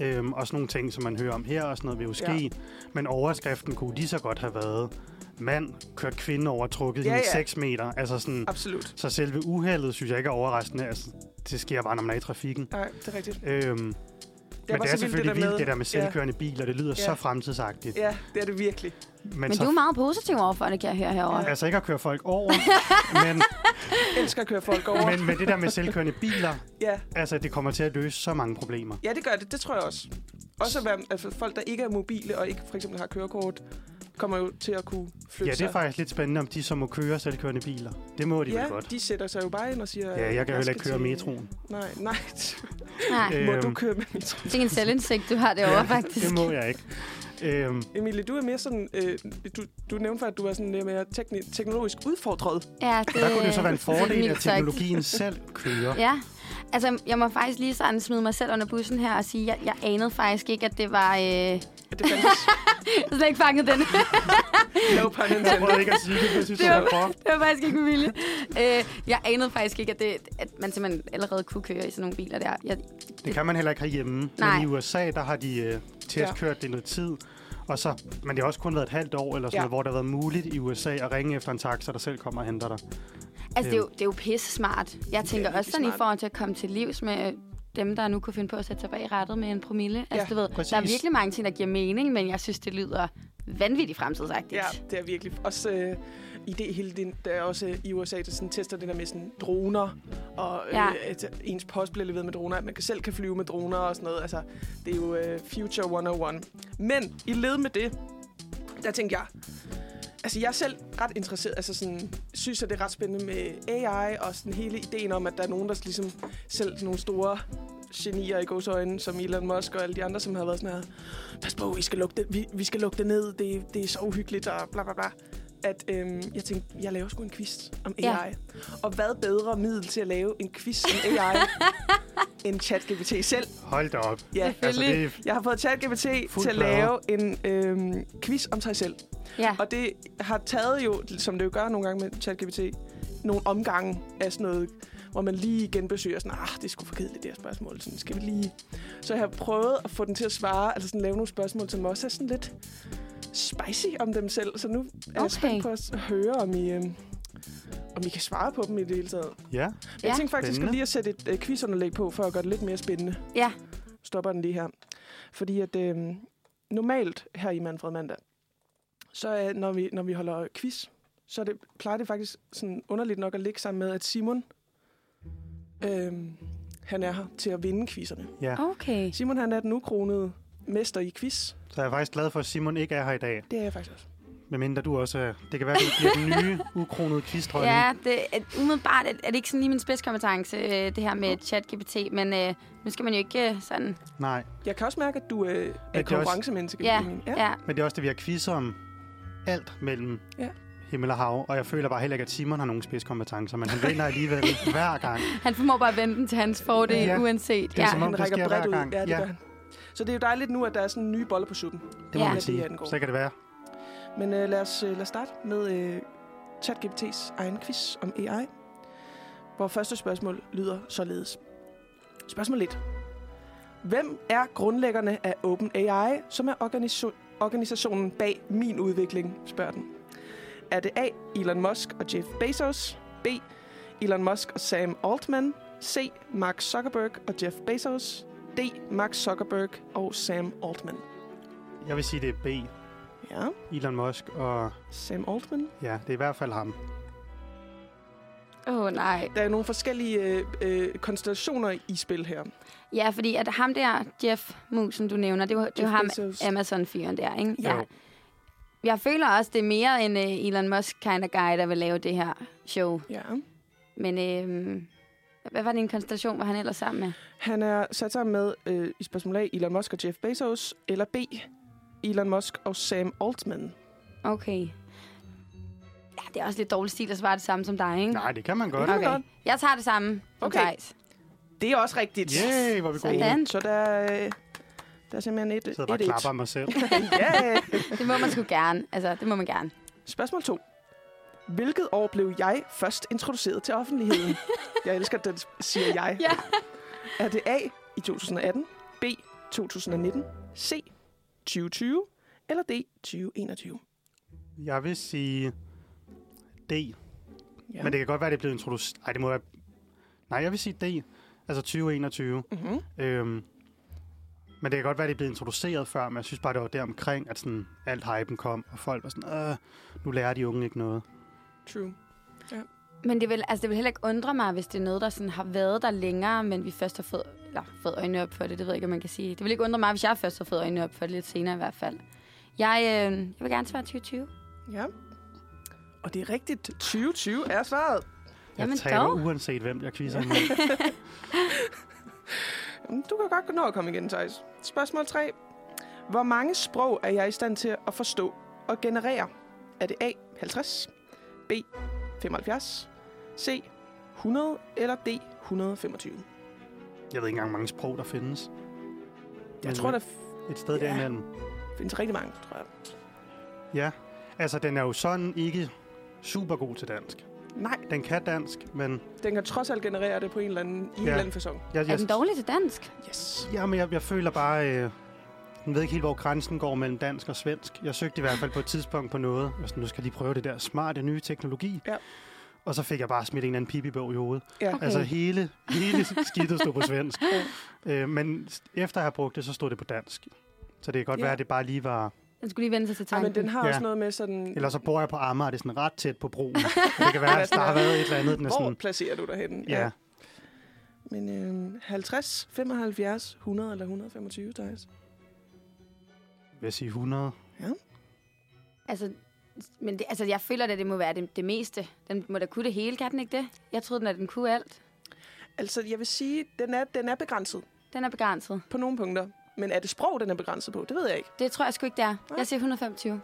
Øhm, og sådan nogle ting, som man hører om her, og sådan noget vil jo ske. Ja. Men overskriften kunne lige så godt have været, mand kørt kvinde over, trukket
Ja,
ja, hende
ja.
6 meter. Altså sådan,
Absolut.
så selve uheldet synes jeg ikke er overraskende. Altså, det sker bare, når man er i trafikken.
Nej, det er rigtigt.
Øhm,
var
men det er
så vild,
selvfølgelig vildt, det der med
ja.
selvkørende biler. Det lyder
Ja.
ja. så fremtidsagtigt.
ja, det er det virkelig.
Men,
så
du er meget positiv overfor det, kan jeg høre herovre.
Ja.
Ja.
Altså ikke at køre folk
[laughs]
over, men,
Jeg elsker at køre folk over.
men med det der med selvkørende biler,
Ja.
altså det kommer til at løse så mange problemer.
ja, det gør det. Det tror jeg også. Også at være, altså, folk, der ikke er mobile og ikke for eksempel har kørekort, kommer jo til at kunne flytte
Ja, det er
sig.
faktisk lidt spændende, om de så må køre selvkørende biler. Det må de
ja,
vel godt.
de sætter sig jo bare ind og siger...
Ja, jeg kan heller
skal
ikke køre
til-
metroen.
Nej, nej. [laughs]
Nej,
Må
Øhm,
du køre med metroen?
det er en selvindsigt, du har derovre, ja, faktisk.
Det må jeg ikke. Øhm,
Emilie, du er mere sådan... Øh, du, du nævnte før, at du er sådan lidt mere tekni- teknologisk udfordret.
Ja, det,
der kunne det så være en
er
fordel,
mildt
at
sagt.
teknologien selv
[laughs]
kører.
Ja, altså jeg må faktisk lige sådan smide mig selv under bussen her og sige, at jeg, jeg anede faktisk ikke, at det var... Øh, [laughs] jeg
Ja, Det
[laughs]
fandtes
har slet ikke fanget den. [laughs]
no pun
Jeg
intended.
prøvede ikke at sige det, men jeg synes, det
Det var-
var for.
det var faktisk ikke med vilje. Øh, jeg anede faktisk ikke, at, det, at man simpelthen allerede kunne køre i sådan nogle biler der. Jeg,
Det kan man heller ikke herhjemme.
Nej.
Men i USA, der har de øh, testkørt det noget tid. Og så, men det har også kun været et halvt år, eller sådan
Ja.
ja. noget, hvor det har været muligt i USA at ringe efter en taxa, der selv kommer og henter dig.
altså, det er jo, det er jo pisse smart. Jeg tænker
virkelig
også sådan
smart.
i forhold til at komme til livs med øh, dem, der nu kunne finde på at sætte sig bag rattet med en promille. Altså,
Ja,
du ved, der er
præcis.
virkelig mange ting, der giver mening, men jeg synes, det lyder vanvittigt fremtidsagtigt.
Ja, det er virkelig. Også øh, i det hele, den, der er også øh, i USA, der sådan tester det der med sådan droner, og øh, ja.
Ja.
at ens post bliver leveret med droner, at man kan selv kan flyve med droner og sådan noget. Altså, det er jo øh, Future 101. Men i led med det, der tænkte jeg, altså jeg er selv ret interesseret, altså sådan, synes, at det er ret spændende med AI, og sådan hele ideen om, at der er nogen, der ligesom selv sådan nogle store genier i godsøjne, som Elon Musk og alle de andre, som har været sådan her, pas på, I skal lukke det, vi, vi skal lukke det ned, det, det er så uhyggeligt, og bla bla bla. At øhm, jeg tænkte, jeg laver sgu en quiz om AI.
Ja.
Ja. Og hvad bedre middel til at lave en quiz om AI, end ChatGPT selv?
Hold da op.
Ja,
Altså, det er
jeg har fået ChatGPT
Fuld
til at
plade.
lave en øhm, quiz om sig selv.
ja.
Og det har taget jo, som det jo gør nogle gange med ChatGPT, nogle omgange af sådan noget, hvor man lige genbesøger sådan, ah, det er sgu for kedeligt, det her spørgsmål. Sådan, skal vi lige... Så jeg har prøvet at få den til at svare, altså sådan lave nogle spørgsmål, som også er sådan lidt spicy om dem selv. Så nu er okay.
Okay.
jeg spændt på at høre, om I, øhm, om I kan svare på dem i det hele taget. Men
ja.
ja. Jeg
Ja.
tænkte faktisk
Spændende.
lige at sætte et øh, quizunderlæg på, for at gøre det lidt mere spændende
ja.
stopper den lige her. Fordi at øh, normalt her i Manfred Mandag, så øh, når, vi, når vi holder quiz, så er det, plejer det faktisk sådan underligt nok at ligge sammen med, at Simon, øh, han er her til at vinde quizzerne.
ja.
Okay.
Simon han er den ukronede mester i quiz.
Så jeg er faktisk glad for, at Simon ikke er her i dag.
Det er jeg faktisk også.
Medmindre du også er. Det kan være, at du bliver den
[laughs]
nye, ukronede kvistrømme.
Ja, det, at umiddelbart er, er det ikke sådan lige min spidskompetence, øh, det her med ChatGPT, men øh, nu skal man jo ikke øh, sådan...
Nej,
Jeg kan også mærke, at du øh, er
det
et
også-
konkurrencemenneske.
Ja,
Benjamin.
ja. ja.
men det er også det, vi har quiz om. Alt mellem
Ja.
ja. himmel og hav. Og jeg føler bare heller ikke, at Simon har nogen spidskompetencer, men han vinder alligevel [laughs] hver gang.
Han formår bare at vende den til hans fordel,
Ja.
ja. uanset.
Det er
Ja.
som om-
han
det
rækker
sker
bredt
hver
ud.
gang.
Ja, det
Ja.
gør han. Så det er jo dejligt nu, at der er sådan nye boller på suppen.
Det må
Ja.
man sige.
Ja, det angår.
Så kan det være.
Men øh, lad, os, øh, lad os starte med øh, ChatGPT's egen quiz om AI, hvor første spørgsmål lyder således. Spørgsmål 1. Hvem er grundlæggerne af OpenAI, som er organiso- organisationen bag min udvikling, spørger den. Er det A. Elon Musk og Jeff Bezos? B. Elon Musk og Sam Altman? C. Mark Zuckerberg og Jeff Bezos? D. Mark Zuckerberg og Sam Altman?
Jeg vil sige, det er B.
Ja,
Elon Musk, og
Sam Altman.
ja, det er i hvert fald ham.
Åh, oh, nej.
Der er nogle forskellige øh, øh, konstellationer i spil her.
Ja, fordi at ham der, Jeff Musen, du nævner, det er jo- det er jo
Jeff
ham,
Bezos.
Amazon-fyren der, ikke?
Ja. Jo.
Jeg føler også, det er mere en øh, Elon Musk kind of guy, der vil lave det her show.
Ja.
Men øh, hvad var det en konstellation, var han ellers sammen med?
Han er sat sammen med, øh, i spørgsmål A, Elon Musk og Jeff Bezos, eller B, Elon Musk og Sam Altman.
Okay. Ja, det er også lidt dårlig stil at svare det samme som dig, ikke?
Nej, det kan man godt.
Ja.
Okay. Jeg tager det samme.
Okay.
Okay. Thijs.
Det er også rigtigt.
Yay, hvor er vi gode.
Sådan.
Så der, er, øh, der er simpelthen et,
Jeg sidder bare og
et,
klapper af mig selv.
et. [laughs] ja.
Det må man sgu gerne. Altså, det må man gerne.
Spørgsmål 2. Hvilket år blev jeg først introduceret til offentligheden? jeg elsker, at den siger jeg.
Ja.
Er det A i 2018, B 2019, C. 2020 eller D. 2021?
Jeg vil sige D. Ja.
Ja.
Men det kan godt være, det er blevet introduceret. Nej, det må være... Nej, jeg vil sige D. Altså 2021.
Mm-hmm.
Øhm, men det kan godt være, det er blevet introduceret før, men jeg synes bare, det var deromkring, at sådan, alt hypen kom, og folk var sådan, øh, nu lærer de unge ikke noget.
True.
Men det vil, altså, det vil heller ikke undre mig, hvis det er noget, der sådan har været der længere, men vi først har fået, eller, fået øjnene op for det. Det ved jeg ikke, om man kan sige. Det vil ikke undre mig, hvis jeg først har fået øjnene op for det lidt senere i hvert fald. Jeg, øh, jeg vil gerne svare 2020.
Ja. Og det er rigtigt. 2020 er svaret.
Jamen
jeg taler
dog.
uanset hvem, jeg quizzer med.
Jamen, Du kan godt nå at komme igen, Thijs. Spørgsmål 3. Hvor mange sprog er jeg i stand til at forstå og generere? Er det A. 50, B. 75, C. 100 eller D. 125?
Jeg ved ikke engang, hvor mange sprog, der findes.
Jeg
Men
tror, der
Et sted
Ja.
derimellem.
findes rigtig mange, tror jeg.
Ja, altså den er jo sådan ikke super god til dansk.
Nej,
Den kan dansk, men...
den kan trods alt generere det på en eller anden, i en
Ja.
eller anden fasong.
Jeg,
Er den dårlig til dansk?
Yes.
Jamen, jeg, jeg føler bare... Øh, jeg ved ikke helt, hvor grænsen går mellem dansk og svensk. Jeg søgte i hvert fald på et tidspunkt på noget. Jeg var sådan, nu skal jeg lige prøve det der smarte nye teknologi.
Ja.
Og så fik jeg bare smidt en eller anden pipibog i hovedet.
Ja.
Okay. Altså hele,
[laughs]
hele skidtet stod på svensk.
Ja.
øh, men s- efter at have brugt det, så stod det på dansk. Så det kan godt
Ja.
være, at det bare lige var...
Den skulle lige vende sig til
Ej,
tanken.
men den har
Ja.
også noget med sådan...
Eller så bor jeg på Amager, og det er sådan ret tæt på
[laughs]
broen. det kan være, at der har været et eller andet, den er
hvor
sådan...
placerer du dig henne?
Ja,
Men øhm, 50, 75, 100 eller 125, Thijs?
vil jeg sige 100.
Altså, men det, altså, jeg føler da, det må være det, det meste. Den må da kunne det hele, kan den ikke det? Jeg troede, den, at den kunne alt.
Altså, jeg vil sige, den er, den er begrænset
Den er begrænset.
på nogle punkter. Men er det sprog, den er begrænset på? Det ved jeg ikke.
Det tror jeg sgu ikke, det er.
Nej.
Jeg siger 125.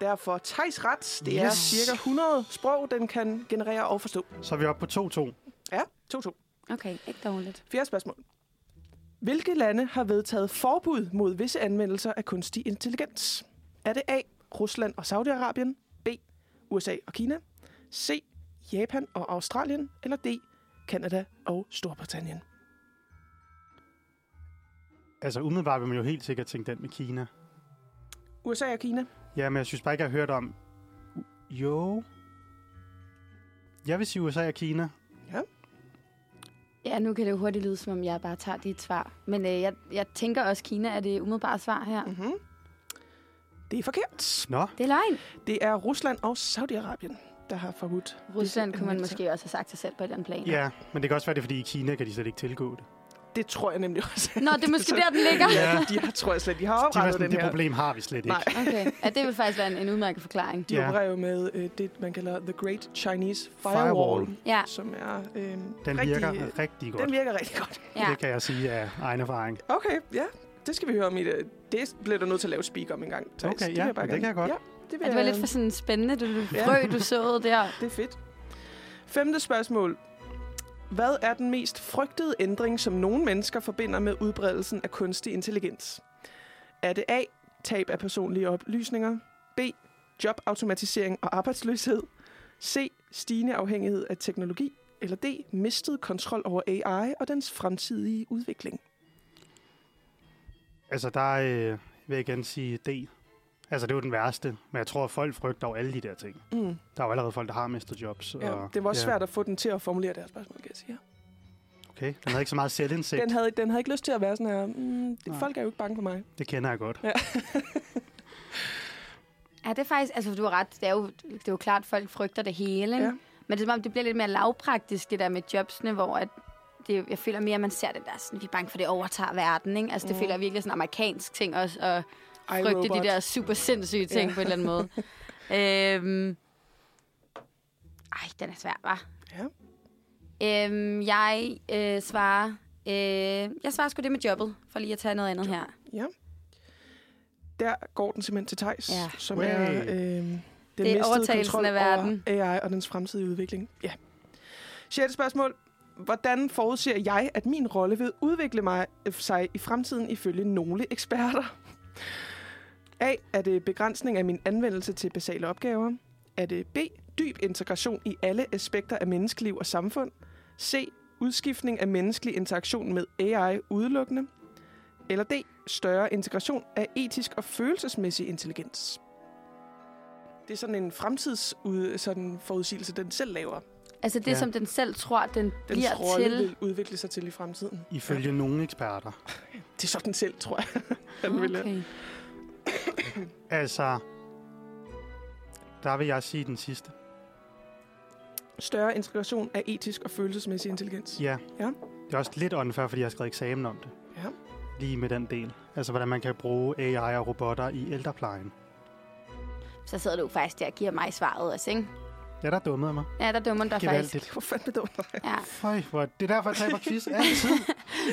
Derfor Thijs ret. Det yes. er
Yes.
cirka 100 sprog, den kan generere og forstå.
Så er vi oppe på 2-2.
Ja, 2-2.
Okay, ikke dårligt.
Fjerde spørgsmål. Hvilke lande har vedtaget forbud mod visse anvendelser af kunstig intelligens? Er det A. Rusland og Saudi-Arabien, B. USA og Kina, C. Japan og Australien, eller D. Kanada og Storbritannien?
Altså umiddelbart vil man jo helt sikkert tænke den med Kina.
USA og Kina.
Ja, men jeg synes bare ikke, jeg har hørt om... Jo... Jeg vil sige USA og Kina.
Ja, nu kan det jo hurtigt lyde, som om jeg bare tager dit svar. Men øh, jeg, jeg tænker også, Kina er det umiddelbare svar her.
Mm-hmm. Det er forkert.
Nå,
Det er løgn.
Det er Rusland og Saudi-Arabien, der har forbudt.
Rusland
visse
kunne man
anvendelser.
måske også have sagt sig selv på et eller andet plan.
ja. Men det kan også være, det er, fordi i Kina kan de slet ikke tilgå det.
Det tror jeg nemlig også.
Nå, det er måske der, den [laughs] ligger.
Ja, de har, tror jeg slet, de har
De var
oprettet
sådan,
den
det
her.
problem har vi slet ikke.
Nej,
Okay, ja, det vil faktisk være en, en udmærket forklaring.
de
Ja.
opererer jo med øh, det, man kalder The Great Chinese Firewall,
Firewall.
Ja,
som er øh,
Den
rigtig,
virker rigtig godt.
Den virker rigtig godt.
ja.
Det kan jeg sige af egen erfaring.
Okay, ja. Det skal vi høre om i det. Det bliver du nødt til at lave et speak om en gang, Thijs.
Okay,
vil
ja,
jeg bare
men det
gerne-
kan jeg
Ja, det, vil
Ja, det var
jeg-
lidt for sådan spændende, det du
Ja.
frø, du såede der.
Det er fedt. Femte spørgsmål. Hvad er den mest frygtede ændring, som nogle mennesker forbinder med udbredelsen af kunstig intelligens? Er det A. Tab af personlige oplysninger. B. Jobautomatisering og arbejdsløshed. C. Stigende afhængighed af teknologi. Eller D. Mistet kontrol over AI og dens fremtidige udvikling.
Altså, der øh, vil jeg igen sige D. Altså, det er jo den værste. Men jeg tror, at folk frygter over alle de der ting.
Mm.
Der er jo allerede folk, der har mistet jobs.
Ja,
og,
det var også svært at få den til at formulere deres spørgsmål, kan jeg sige.
Okay, den havde ikke så meget selvindsigt.
Den havde, den havde ikke lyst til at være sådan her, mm, det-
Nej.
folk er jo ikke bange for mig.
Det kender jeg godt.
Ja, det er faktisk, altså du har ret, det er jo, det er jo klart, at folk frygter det hele.
Ja.
Ja. Men det er som om, det bliver lidt mere lavpraktisk, det der med jobsene, hvor at det, jeg føler mere, at man ser det der, sådan, vi er bange for, at det overtager verden, ikke? Altså det
Mm.
føler jeg virkelig sådan en amerikansk ting også, at frygte
iRobot.
de der super sindssyge ting
Ja.
ja. på en eller anden måde. øhm, ej, den er svær, var.
Ja.
Øhm, jeg øh, svarer... Øh, jeg svarer sgu det med jobbet, for lige at tage noget andet her.
Ja. Der går den simpelthen til Tejs, ja.
Ja.
som
Way.
er øh, den
er
mistede
overtagelsen
kontrol
af verden.
over AI og dens fremtidige udvikling. Ja. Sjette spørgsmål. Hvordan forudser jeg, at min rolle vil udvikle mig, øh, sig i fremtiden ifølge nogle eksperter? A. Er det begrænsning af min anvendelse til basale opgaver? Er det B. Dyb integration i alle aspekter af menneskeliv og samfund? C. Udskiftning af menneskelig interaktion med AI udelukkende? Eller D. Større integration af etisk og følelsesmæssig intelligens. Det er sådan en fremtidsud, sådan forudsigelse, den selv laver.
Altså det,
Ja.
ja. som den selv tror, den, den
Dens
bliver
rolle
til.
vil udvikle sig til i fremtiden.
Ifølge ja. nogle eksperter.
Det er sådan selv, tror jeg. [laughs] den vil okay.
Okay.
Altså, der vil jeg sige den sidste.
Større integration af etisk og følelsesmæssig intelligens. [laughs]
Ja.
Ja.
Det er også lidt unfair, fordi jeg har skrevet eksamen om det.
Ja.
Lige med den del. Altså, hvordan man kan bruge AI og robotter i ældreplejen.
Så sidder du faktisk der og giver mig svaret også, ikke?
Ja, der dummede mig.
Ja, der dummer dig faktisk.
Gevaldigt.
Hvor fanden dumt.
Ja.
Føj, hvor... Det er derfor, jeg taber
[laughs]
quiz altid.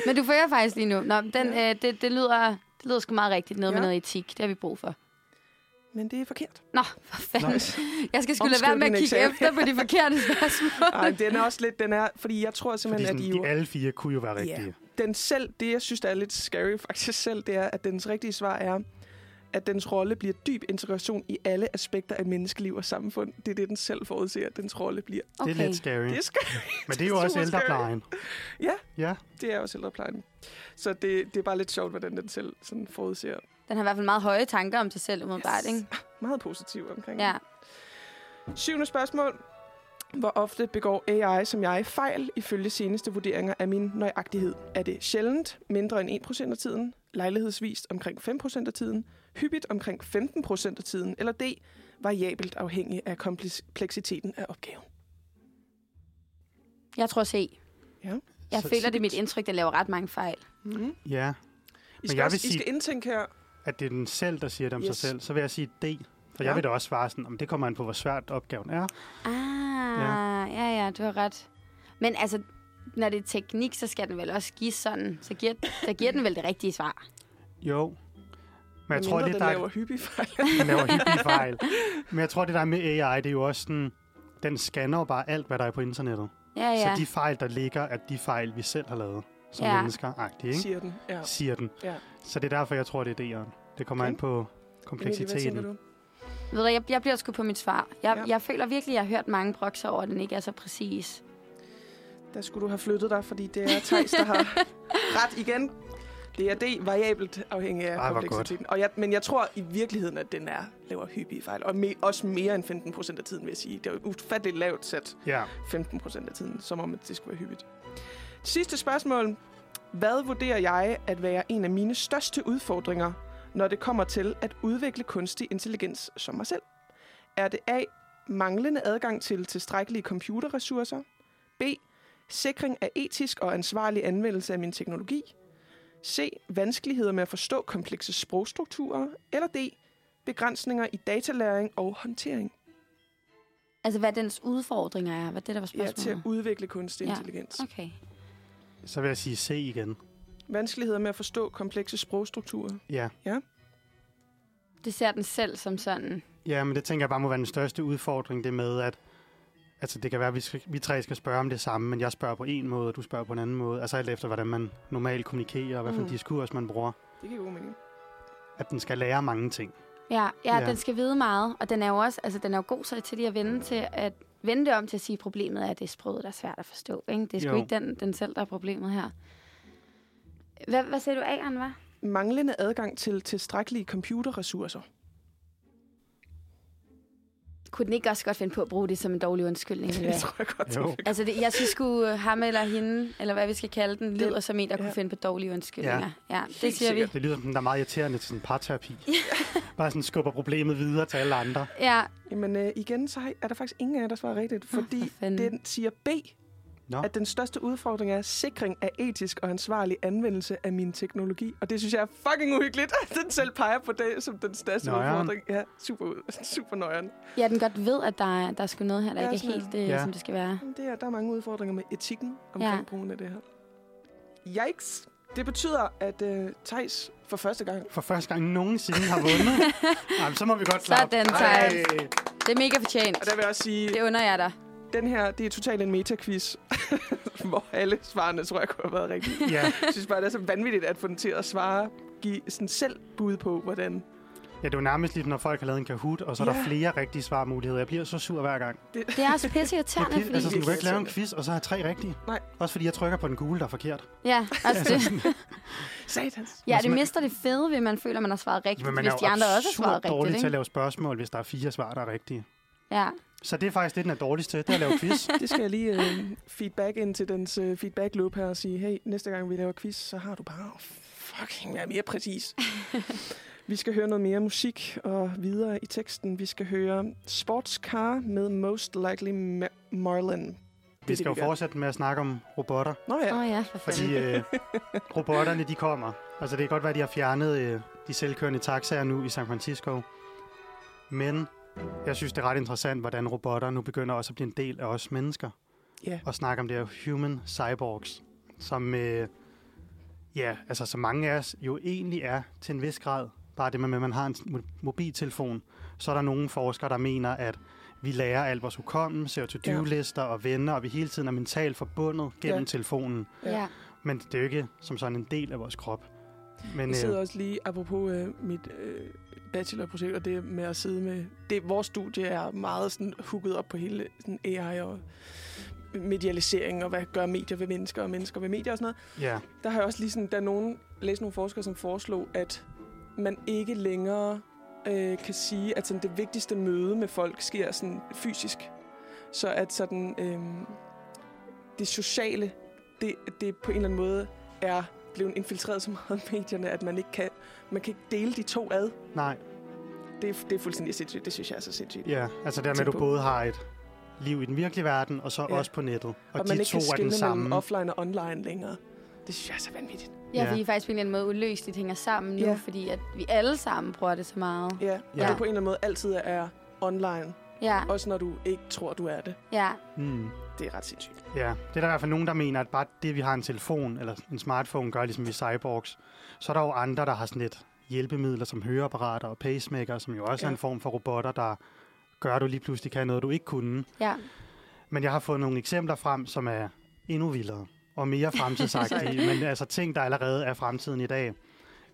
Men du fører faktisk lige nu. Nå, men den, øh, det, det, lyder, det lyder sgu meget rigtigt. Noget ja.
Ja.
med noget etik. Det har vi brug for.
Men det er forkert.
Nå, for fanden.
Nå.
Jeg skal sgu lade
Omskriv
være med at
din
kigge
eksamen.
efter på de
[laughs]
forkerte spørgsmål.
Ej, den [laughs] er også lidt, den er, fordi jeg tror
Fordi
simpelthen,
sådan,
at I jo...
de alle fire kunne jo være
Ja.
rigtige.
den selv, det jeg synes, der er lidt scary faktisk selv, det er, at dens rigtige svar er, at dens rolle bliver dyb integration i alle aspekter af menneskeliv og samfund. Det er det, den selv forudser, at dens rolle bliver.
Det er lidt scary.
Det er scary.
Men det er jo
det er
også
super scary.
ældreplejen.
Ja.
Ja,
Det er også ældreplejen. Så det, det er bare lidt sjovt, hvordan den selv sådan forudser.
Den har i hvert fald meget høje tanker om sig selv, umiddelbart,
Yes.
ikke?
Meget positiv omkring
Ja.
det. Syvende spørgsmål. Hvor ofte begår AI som jeg fejl ifølge seneste vurderinger af min nøjagtighed? Er det sjældent mindre end 1% af tiden, lejlighedsvist omkring 5% af tiden, hyppigt omkring 15% af tiden, eller D, variabelt afhængig af kompleksiteten af opgaven?
Jeg tror se.
Ja.
Jeg
Så-
føler, det er mit indtryk, der laver ret mange fejl.
Mm-hmm.
ja.
I,
Men
skal
jeg
også,
vil
I skal indtænke her.
At det er den selv, der siger det om yes. sig
Yes.
selv. Så vil jeg sige D. For ja.
Ja.
jeg vil da også svare sådan, om det kommer an på, hvor svært opgaven er.
Ah, ja, ja, du har ret. Men altså, når det er teknik, så skal den vel også give sådan. Så giver, så giver den vel det rigtige svar.
Jo. Men jeg
medmindre
tror, det
den
der
laver hyppige fejl.
den laver hyppige fejl. Men jeg tror, det der med AI, det er jo også sådan, den scanner jo bare alt, hvad der er på internettet.
Ja,
Ja.
ja.
Så de fejl, der ligger, er de fejl, vi selv har lavet som ja.
Ja.
mennesker. Ikke?
siger den. Ja.
Siger den.
Ja.
Så det er derfor, jeg tror, det er D'eren. Det kommer
Okay.
okay. an på
Emilie, hvad tænker
kompleksiteten.
du?
Ved du, jeg, jeg bliver sgu på mit svar. Jeg,
Ja.
ja. jeg føler virkelig, jeg har hørt mange brokser over, at den ikke er så præcis.
Der skulle du have flyttet dig, fordi det er Thijs, der har ret igen. Det er det variabelt afhængig af
Ej,
Ej,
hvor
kompleksiteten. Og jeg, men jeg tror i virkeligheden, at den er laver hyppige fejl. Og me, også mere end 15 procent af tiden, vil jeg sige. Det er jo et ufatteligt lavt sat
Ja.
15 procent af tiden, som om at det skulle være hyppigt. Sidste spørgsmål. Hvad vurderer jeg at være en af mine største udfordringer, når det kommer til at udvikle kunstig intelligens som mig selv? Er det A. Manglende adgang til tilstrækkelige computerressourcer? B. Sikring af etisk og ansvarlig anvendelse af min teknologi? C. Vanskeligheder med at forstå komplekse sprogstrukturer? Eller D. Begrænsninger i datalæring og håndtering?
Altså, hvad dens udfordringer er. Hvad det, der var
Ja, til at
spørgsmålet?
udvikle kunstig
Ja.
intelligens.
Okay.
Så vil jeg sige C igen.
Vanskeligheder med at forstå komplekse sprogstrukturer.
Ja.
Det ser den selv som sådan.
Ja, men det tænker jeg bare må være den største udfordring, det med, at altså, det kan være, at vi, skal, vi tre skal spørge om det samme, men jeg spørger på en måde, og du spørger på en anden måde. Altså alt efter, hvordan man normalt kommunikerer, og hvad for en
Mm.
diskurs man bruger.
Det giver god mening.
At den skal lære mange ting.
Ja, ja,
Ja.
ja, den skal vide meget. Og den er jo også, altså, den er jo god så til lige at vende til at vende det om til at sige, at problemet er, at det er sproget, der er svært at forstå. Ikke? Det er sgu
Jo.
ikke den, den selv, der er problemet her. Hvad, hvad sagde du, A'eren var?
Manglende adgang til tilstrækkelige computerressourcer.
Kunne den ikke også godt finde på at bruge det som en dårlig undskyldning?
Det
eller hvad?
tror jeg godt,
Jo.
den fik.
Altså, det, jeg synes sgu, øh, ham eller hende, eller hvad vi skal kalde den,
Det-
lyder som en, der
ja.
kunne finde på dårlige undskyldninger. Ja, ja det siger vi.
sikkert.
Det lyder som, den der er meget irriterende til sådan en
[laughs]
parterapi. bare sådan skubber problemet videre til alle andre.
Ja,
Jamen øh, igen, så har- er der faktisk ingen af jer, der svarer rigtigt, fordi
for fanden.
den siger B,
Nå,
at den største udfordring er sikring af etisk og ansvarlig anvendelse af min teknologi. Og det synes jeg er fucking uhyggeligt, at den selv peger på det som den største
Nøjeren.
udfordring. Ja, super, ud- super nøjeren.
ja, den godt ved, at der, er- der er sgu noget her, der
Ja,
ja, ikke er
sådan
helt, øh,
Ja.
ja. som det skal være.
Det er, der er mange udfordringer med etikken omkring ja.
Ja.
brugen af det her. Yikes! Det betyder, at øh, Tejs for første gang
for første gang nogensinde har
[laughs]
vundet. Jamen, så må vi godt klappe.
Sådan, Thijs. Det er mega fortjent.
Og der vil jeg også sige,
Det under jeg dig.
den her, det er totalt en meta-quiz, [laughs] hvor alle svarene, tror jeg, kunne have været rigtige.
Ej, Ja,
Jeg synes bare, det er så vanvittigt at få den til at svare, give sådan selv bud på, hvordan
Ja, det er jo nærmest lige, når folk har lavet en kahoot, og så er
Ja.
der flere rigtige svarmuligheder. Jeg bliver så sur hver gang. Det
Det er også pisse
er
irriterende,
pil-
fordi...
altså, sådan, du kan ikke lave en
irriterende.
quiz, og så har jeg tre rigtige.
Nej.
Også fordi jeg trykker på den gule, der er forkert. [laughs]
Ja, altså det,
Satans.
ja,
Hvis
det
altså man-
mister det fede ved, at man føler, at man har svaret rigtigt,
Men man
hvis
er
de
jo
andre også har
absurd
svaret
dårlig
rigtigt,
til at
ikke?
lave spørgsmål, hvis der er fire svar, der er rigtige.
Ja.
Så det er faktisk det, den er dårligst til, det er at
[laughs]
lave quiz.
Det skal jeg lige øh, feedback ind til dens øh, feedback loop her og sige, hey, næste gang vi laver quiz, så har du bare fucking være mere
[laughs]
præcis. vi skal høre noget mere musik og videre i teksten. Vi skal høre Sportscar med Most Likely Ma- Marlin.
Vi skal jo
vi gør.
fortsætte med at snakke om robotter,
Nå
Åh
ja,
oh, ja, for fanden.
fordi øh, robotterne, de kommer. Altså, det kan godt være, de har fjernet øh, de selvkørende taxaer nu i San Francisco. Men jeg synes, det er ret interessant, hvordan robotter nu begynder også at blive en del af os mennesker.
ja.
og snakke om det her human cyborgs, som øh, ja, altså, så mange af os jo egentlig er til en vis grad. Bare det med, at man har en mo- mobiltelefon, så er der nogle forskere, der mener, at vi lærer alt vores hukommelse og to-do-lister og venner, og vi hele tiden er mentalt forbundet gennem
Ja.
ja. telefonen.
Ja.
Men det er jo ikke som sådan en del af vores krop. Men
Jeg sidder
øh,
også lige, apropos øh, mit øh, bachelorprojekt, og det med at sidde med... Det, vores studie er meget sådan, hooket op på hele sådan, AI og medialisering, og hvad gør medier ved mennesker, og mennesker ved medier og sådan noget.
ja,
Der har jeg også lige sådan, der er nogen, læst nogle forskere, som foreslog, at man ikke længere øh, kan sige, at sådan, det vigtigste møde med folk sker sådan fysisk. Så at sådan, øh, det sociale, det, det på en eller anden måde er blevet infiltreret så meget af medierne, at man ikke kan, man kan ikke dele de to ad.
nej,
Det, er- det er fuldstændig sindssygt. Det synes jeg er så sindssygt.
ja. Altså dermed,
Tænk
at du
på.
både har et liv i den virkelige verden, og så
Ja.
ja. også på nettet. Og,
Og,
og
man
de
ikke
to
kan
er den
skille mellem
samme.
offline og online længere. Det synes jeg er så vanvittigt.
Ja,
Ja.
fordi faktisk på en eller anden måde uløseligt hænger sammen nu,
Ja.
fordi at vi alle sammen bruger det så meget.
Ja, og
Ja.
det på en eller anden måde altid er online.
Ja,
Også når du ikke tror, du er det.
ja,
Mm.
Det er ret sindssygt.
Ja, det er der i hvert fald nogen, der mener, at bare det, vi har en telefon eller en smartphone, gør ligesom vi er cyborgs. Så er der jo andre, der har sådan et hjælpemidler som høreapparater og pacemaker, som jo også ja. er
Ja.
en form for robotter, der gør, at du lige pludselig kan noget, du ikke kunne.
ja.
Men jeg har fået nogle eksempler frem, som er endnu vildere og mere fremtidsagtige, men altså ting, der allerede er fremtiden i dag.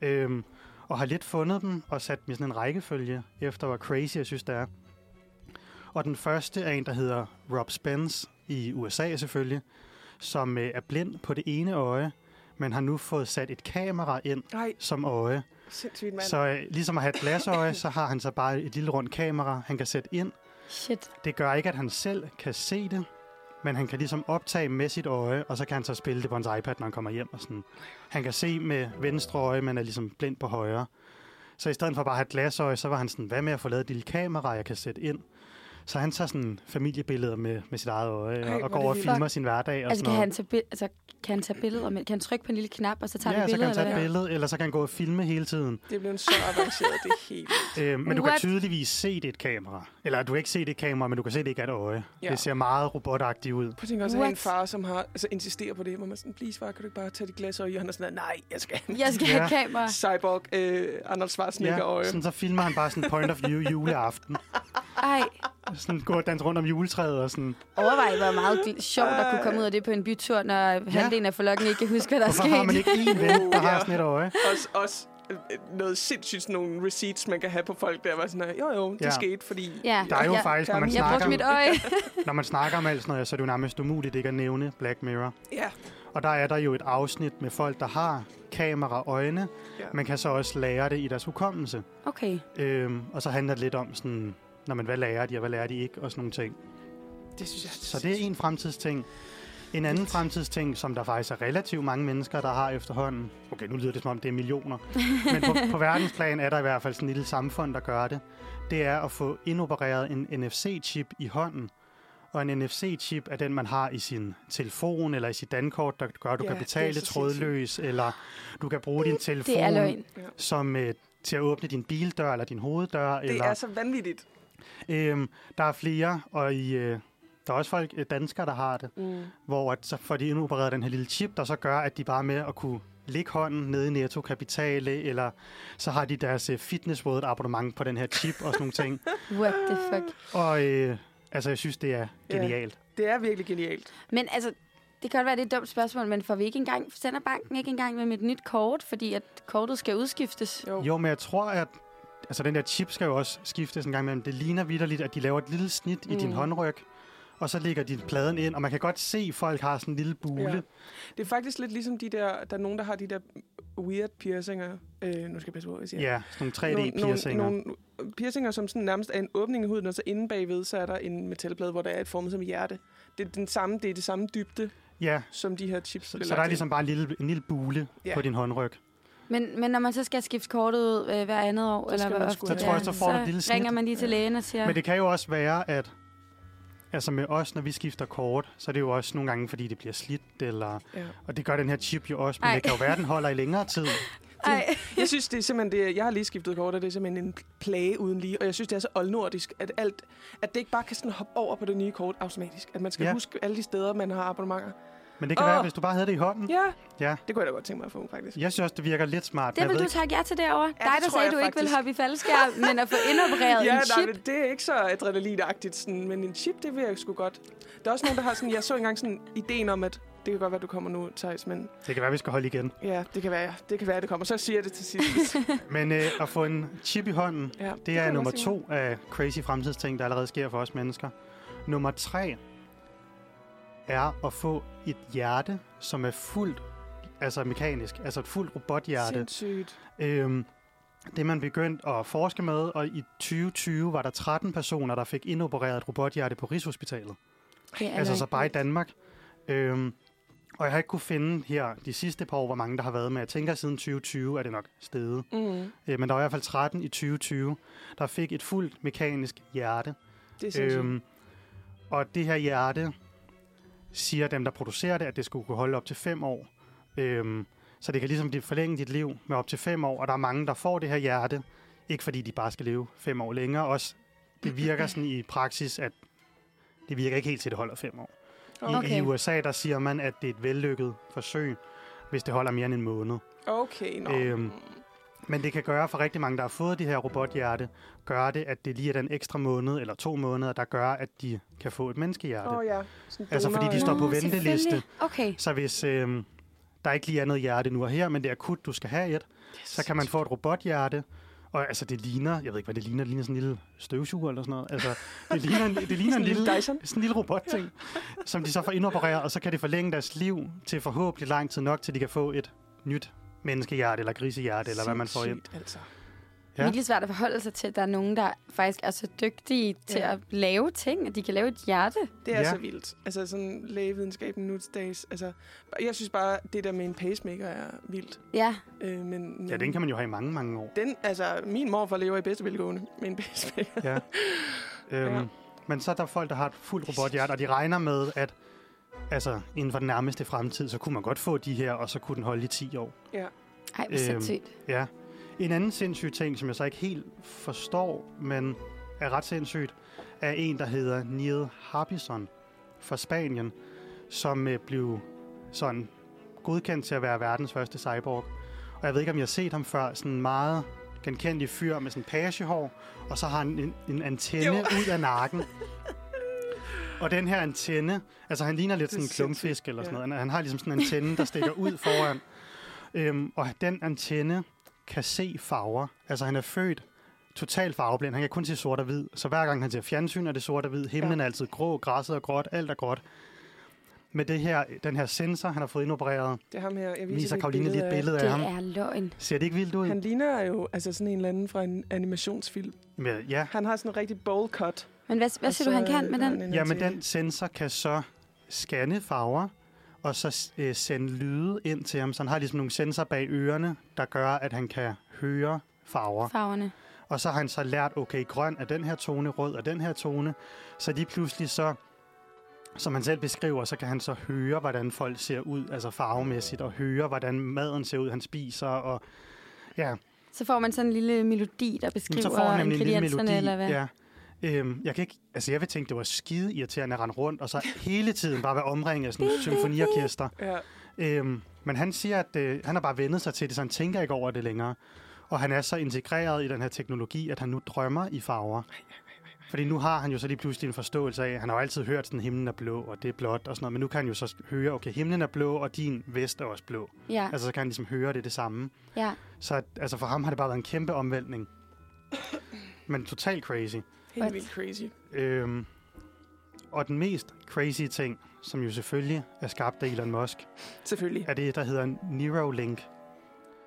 Øhm, og har lidt fundet dem og sat dem i sådan en rækkefølge, efter hvor crazy jeg synes, det er. Og den første er en, der hedder Rob Spence i USA selvfølgelig, som øh, er blind på det ene øje, men har nu fået sat et kamera ind
Nej,
som øje.
sindssygt mand.
Så øh, ligesom at have et glasøje, så har han så bare et lille rundt kamera, han kan sætte ind,
Shit.
det gør ikke, at han selv kan se det, men han kan ligesom optage med sit øje, og så kan han så spille det på hans iPad, når han kommer hjem. Og sådan. Han kan se med venstre øje, men er ligesom blind på højre. Så i stedet for bare at have et glasøje, så var han sådan, hvad med at få lavet et lille kamera, jeg kan sætte ind? Så han tager sådan familiebilleder med, med sit eget øje,
Ej,
Ej,
hvor
og,
er
og
det
går og
vildt.
filmer sin hverdag. Og sådan
Altså kan,
noget.
han tage bi- altså, kan han tage billeder? Med, kan han trykke på en lille knap, og så tager
ja,
han
så kan
billeder?
han tage
eller
et
hvad?
billede, eller så kan han gå og filme hele tiden.
Det blev så avanceret, det hele.
Øh, men du kan
What?
tydeligvis se det er et kamera. Eller du kan ikke se det er et kamera, men du kan se det ikke er et øje.
Ja.
Ja. Det ser meget robotagtigt ud.
Prøv at tænke også at have en
What?
far, som har, altså, insisterer på det, hvor man sådan, please far, kan du ikke bare tage dit glas øje? Og han er sådan, nej, jeg skal.
Jeg skal have et
Ja.
kamera.
Cyborg, øh, Arnold Schwarzenegger ja, øje.
sådan så filmer han bare sådan point of view juleaften.
Ej,
Sådan går og danser rundt om juletræet og sådan.
overvej, hvor meget gl- sjovt at kunne komme ud af det på en bytur, når halvdelen af forlokken ikke kan huske, hvad der er
Hvorfor har man
sket.
ikke én ven,
Ja.
der har sådan et øje?
Også, også øh, noget sindssygt sådan nogle receipts, man kan have på folk der, var sådan, jo jo, det ja.
Ja.
skete, fordi...
Ja,
Der er jo
jeg,
faktisk, når man,
jeg
jeg
snakker
brugte
om,
mit øje. [laughs]
når man snakker om alt sådan noget, så er det jo nærmest umuligt ikke at nævne Black Mirror.
Ja,
Og der er der jo et afsnit med folk, der har kamera og øjne.
Ja.
Man kan så også lære det i deres hukommelse.
Okay.
Øhm, og så handler det lidt om sådan, når man, hvad lærer de, og hvad lærer de ikke, og sådan nogle ting.
det synes jeg.
Så det er en fremtidsting. En anden fremtidsting, som der faktisk er relativt mange mennesker, der har efterhånden. Okay, nu lyder det som om, det er millioner. Men på, på verdensplan er der i hvert fald sådan et lille samfund, der gør det. Det er at få indopereret en NFC-chip i hånden. Og en NFC-chip er den, man har i sin telefon eller i sit dankort, der gør, at du
Ja,
kan
det er
betale
så
trådløs, eller du kan bruge din
Det er
telefon
løgn.
som, øh, til at åbne din bildør eller din hoveddør.
Det
eller,
er så vanvittigt.
Øhm, der er flere, og i, øh, der er også folk, øh, danskere, der har det,
Mm.
hvor at, så får de indopereret den her lille chip, der så gør, at de bare er med at kunne lægge hånden nede i Netto Kapitale, eller så har de deres øh, Fitness World abonnement på den her chip og sådan nogle [laughs] ting.
What the fuck.
Og øh, altså, jeg synes, det er
Ja.
genialt.
Det er virkelig genialt.
Men altså, det kan godt være, det er et dumt spørgsmål, men får vi ikke engang,
Oh.
sender banken ikke engang med mit nyt kort, fordi at kortet skal udskiftes?
Jo.
Jo, men jeg tror, at altså den der chip skal jo også skiftes en gang imellem. Det ligner vidderligt, at de laver et lille snit mm. i din
Mm.
håndryg, og så lægger de pladen ind, og man kan godt se, at folk har sådan en lille bule.
Ja. Det er faktisk lidt ligesom de der, der er nogen, der har de der weird piercinger. Øh, nu skal jeg passe på, hvad jeg siger.
Ja, ja sådan nogle 3D-piercinger.
Nogle, nogle piercinger, som sådan nærmest er en åbning i huden, og så inde bagved, så er der en metalplade, hvor der er et formet som hjerte. Det er, den samme, det er det samme dybde,
Ja,
som de her chips.
så,
bliver
så der
lagt
er
i.
ligesom bare en lille, en lille bule
Ja.
på din håndryg.
Men, men når man så skal skifte kortet ud øh, hver andet år,
Så
eller
skal
hvad
man
ofte
sgu
Så
det
tror jeg,
er,
så får du et lille
så
snit.
ringer man lige til lægen og siger,
Men det kan jo også være, at altså med os, når vi skifter kort, så er det jo også nogle gange, fordi det bliver slidt, eller,
Ja.
og det gør den her chip jo også, men
Ej.
Ej. det kan jo være, den holder i længere tid.
Ej,
Jeg synes, det er simpelthen det, er- jeg har lige skiftet kort, og det er simpelthen en plage uden lige. Og jeg synes, det er så oldnordisk, at, alt, at det ikke bare kan sådan hoppe over på det nye kort automatisk. At man skal ja.
Ja.
huske alle de steder, man har abonnementer.
Men det kan
Åh.
oh. være, hvis du bare havde det i hånden.
Ja.
Ja.
Det kunne jeg da godt tænke mig at få, faktisk.
Jeg synes også, det virker lidt smart. men
det
jeg
vil
ved
du takke ja til derovre. Ja,
det
Dig, der
tror
sagde,
jeg
du ikke vil
faktisk.
hoppe i
[laughs]
faldskærm, men at få indopereret
Ja,
en
nej,
chip.
men det er ikke så adrenalinagtigt, sådan, men en chip, det vil jeg sgu godt. Der er også nogen, der har sådan, jeg så engang sådan ideen om, at det kan godt være, du kommer nu, Thijs, men
Det kan være, vi skal holde igen.
ja, det kan være, det kan være, det kommer. Så siger jeg det til
[laughs]
sidst.
Men øh, at få en chip i hånden,
Ja,
det er
kunne
nummer
jeg godt
to af crazy fremtidsting, der allerede sker for os mennesker. Nummer tre er at få et hjerte, som er fuldt altså mekanisk, altså et fuldt
tænke mig.
robothjerte.
Sindssygt.
Øhm, det er man begyndt at forske med, og i 2020 var der 13 personer, der fik indopereret et robothjerte på Rigshospitalet.
Det er
Altså
nok-
så bare i Danmark. Øhm, og jeg har ikke kunne finde her de sidste par år, hvor mange der har været med. Jeg tænker, siden 2020 er det nok steget.
Mm,
Øh, men der var i hvert fald 13 i 2020, der fik et fuldt mekanisk hjerte.
det er sindssygt. Øhm,
og det her hjerte, siger dem, der producerer det, at det skulle kunne holde op til 5 år. Øhm, så det kan ligesom blive- forlænge dit liv med op til 5 år, og der er mange, der får det her hjerte. Ikke fordi de bare skal leve 5 år længere. Også, det virker sådan i praksis, at det virker ikke helt til, at det holder 5 år. I,
Okay.
I USA, der siger man, at det er et vellykket forsøg, hvis det holder mere end en måned.
okay, nå.
øhm, Men det kan gøre for rigtig mange, der har fået det her robothjerte, gør det, at det lige er den ekstra måned eller to måneder, der gør, at de kan få et menneskehjerte.
Åh
Oh,
oh, ja. Sådan
Altså, fordi de
donor-
står
Nå,
på venteliste.
selvfølgelig. Okay.
Så hvis øh, der ikke lige er noget hjerte nu og her, men det er akut, du skal have et, så kan man få et robothjerte. Og altså, det ligner, jeg ved ikke, hvad det ligner, det ligner sådan en lille støvsuger eller sådan noget. Altså, det ligner, en- det ligner en
en lille
lille,
Dyson.
sådan en lille robotting, som de så får indopereret, og så kan det forlænge deres liv til forhåbentlig lang tid nok, til de kan få et nyt menneskehjerte eller grisehjerte, eller hvad man får ind.
Sindssygt, Altså.
Ja.
Ja.
Det er virkelig svært at forholde sig til, at der er nogen, der faktisk er så dygtige til
Ja.
at lave ting, at de kan lave et hjerte.
Det er ja.
Ja.
så vildt. Altså sådan lægevidenskaben nu til dags. Altså, jeg synes bare, det der med en pacemaker er vildt.
Ja,
Øh, men, men,
Ja, den kan man jo have i mange, mange år.
Den, altså, min morfar lever i bedste velgående med en pacemaker.
Ja. øhm,
Ja.
ja. Men så er der folk, der har et fuldt robothjerte, og de regner med, at altså, inden for den nærmeste fremtid, så kunne man godt få de her, og så kunne den holde i 10 år.
ej, hvor
Øhm,
sindssygt.
Ja. En anden sindssyg ting, som jeg så ikke helt forstår, men er ret sindssygt, er en, der hedder Neil Harbison fra Spanien, som øh, blev sådan godkendt til at være verdens første cyborg. Og jeg ved ikke, om jeg har set ham før, sådan en meget genkendelig fyr med sådan pagehår, og så har han en, en antenne
Jo.
jo. ud af nakken. Og den her antenne, altså han ligner lidt
Det er
sådan en klumpfisk
sindssygt,
eller sådan
ja.
noget. Han- Han har ligesom sådan en antenne, der stikker ud foran. Øhm, og den antenne kan se farver. Altså han er født totalt farveblind. Han kan kun se sort og hvid. Så hver gang han ser fjernsyn, er det sort og hvid. Himlen
Ja.
ja. er altid grå, græsset er gråt, alt er gråt. Med det her, den her sensor, han har fået indopereret,
Det er ham her. Jeg viser
viser
lige
Karoline lige et
af-
billede
Det
af ham.
er løgn.
Ser det ikke vildt ud?
Han ligner jo altså sådan en eller anden fra en animationsfilm.
Men, ja.
Han har sådan en rigtig bowl cut.
Men hvad, hvad
og
siger du,
så,
han kan
øh,
med
har
den?
han en
Jamen,
antenne.
den sensor kan så scanne farver, og så øh, sende lyde ind til ham. Så han har ligesom nogle sensorer bag ørerne, der gør, at han kan høre farver.
Farverne.
Og så har han så lært, okay, grøn er den her tone, rød er den her tone. Så lige pludselig så, som han selv beskriver, så kan han så høre, hvordan folk ser ud, altså farvemæssigt, og høre, hvordan maden ser ud, han spiser, og ja,
Så får man sådan en lille melodi, der
Men
beskriver
så får han nemlig en lille
ingredienserne,
melodi.
eller hvad?
Ja. Øhm, jeg, kan ikke, altså jeg vil tænke, det var skide irriterende at rende rundt, og så hele tiden bare være omringet af sådan et symfoniorkester.
Ja.
Øhm, men han siger, at øh, han har bare vendet sig til det, så han tænker ikke over det længere. Og han er så integreret i den her teknologi, at han nu drømmer i farver. Fordi nu har han jo så lige pludselig en forståelse af, han har jo altid hørt, sådan, himlen er blå, og det er blåt og sådan noget. Men nu kan han jo så høre, okay, himlen er blå, og din vest er også blå.
Ja,
Altså så kan han ligesom høre, det er det samme.
ja.
Så at- altså for ham har det bare været en kæmpe omvæltning. men totalt crazy.
Helt vildt crazy.
Øhm, og den mest crazy ting, som jo selvfølgelig er skabt af Elon Musk,
Selvfølgelig.
er det, der hedder en Neuralink,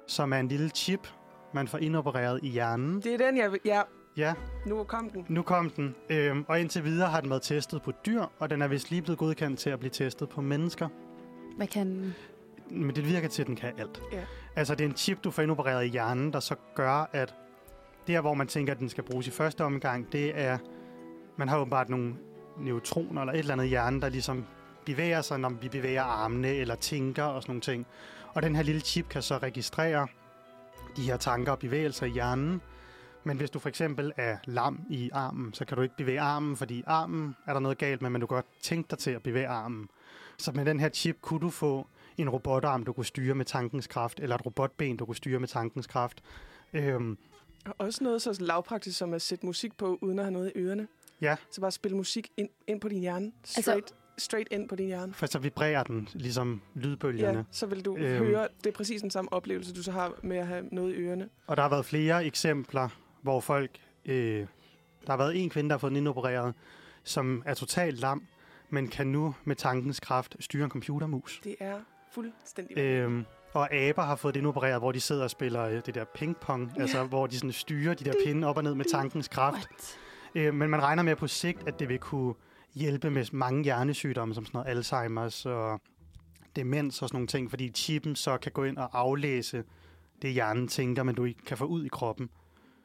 som er en lille chip, man får indopereret i hjernen.
Det er den, jeg vil... Ja,
Ja,
nu kom den.
nu kom den. Øhm, og indtil videre har den været testet på dyr, og den er vist lige blevet godkendt til at blive testet på mennesker.
Hvad kan den?
Men det virker til, at den kan alt.
Ja.
Altså, det er en chip, du får indopereret i hjernen, der så gør, at der, hvor man tænker, at den skal bruges i første omgang, det er, man har åbenbart nogle neutroner eller et eller andet i hjernen, der ligesom bevæger sig, når vi bevæger armene eller tænker og sådan nogle ting. Og den her lille chip kan så registrere de her tanker og bevægelser i hjernen. Men hvis du for eksempel er lam i armen, så kan du ikke bevæge armen, fordi armen er der noget galt med, men du kan godt tænke dig til at bevæge armen. Så med den her chip kunne du få en robotarm, du kunne styre med tankens kraft, eller et robotben, du kunne styre med tankens kraft. Øhm,
Og også noget så lavpraktisk som at sætte musik på, uden at have noget i ørerne.
ja,
Så bare spille musik ind, ind på din hjerne.
Altså-
Straight, altså, straight ind på din hjerne.
for så vibrerer den, ligesom lydbølgerne.
Ja, så vil du
Øhm.
øhm. høre, det er præcis den samme oplevelse, du så har med at have noget i ørerne.
Og der har været flere eksempler, hvor folk... Øh, der har været en kvinde, der har fået den indopereret, som er totalt lam, men kan nu med tankens kraft styre en computermus.
Det er fuldstændig... Øh.
Øhm, og aber har fået det indopereret, hvor de sidder og spiller øh, det der pingpong, ja. altså hvor de sådan styrer de der pinde op og ned med tankens kraft.
What?
Øh, men man regner med på sigt, at det vil kunne hjælpe med mange hjernesygdomme, som sådan noget Alzheimer's og demens og sådan nogle ting, fordi chippen så kan gå ind og aflæse det, hjernen tænker, men du ikke kan få ud i kroppen.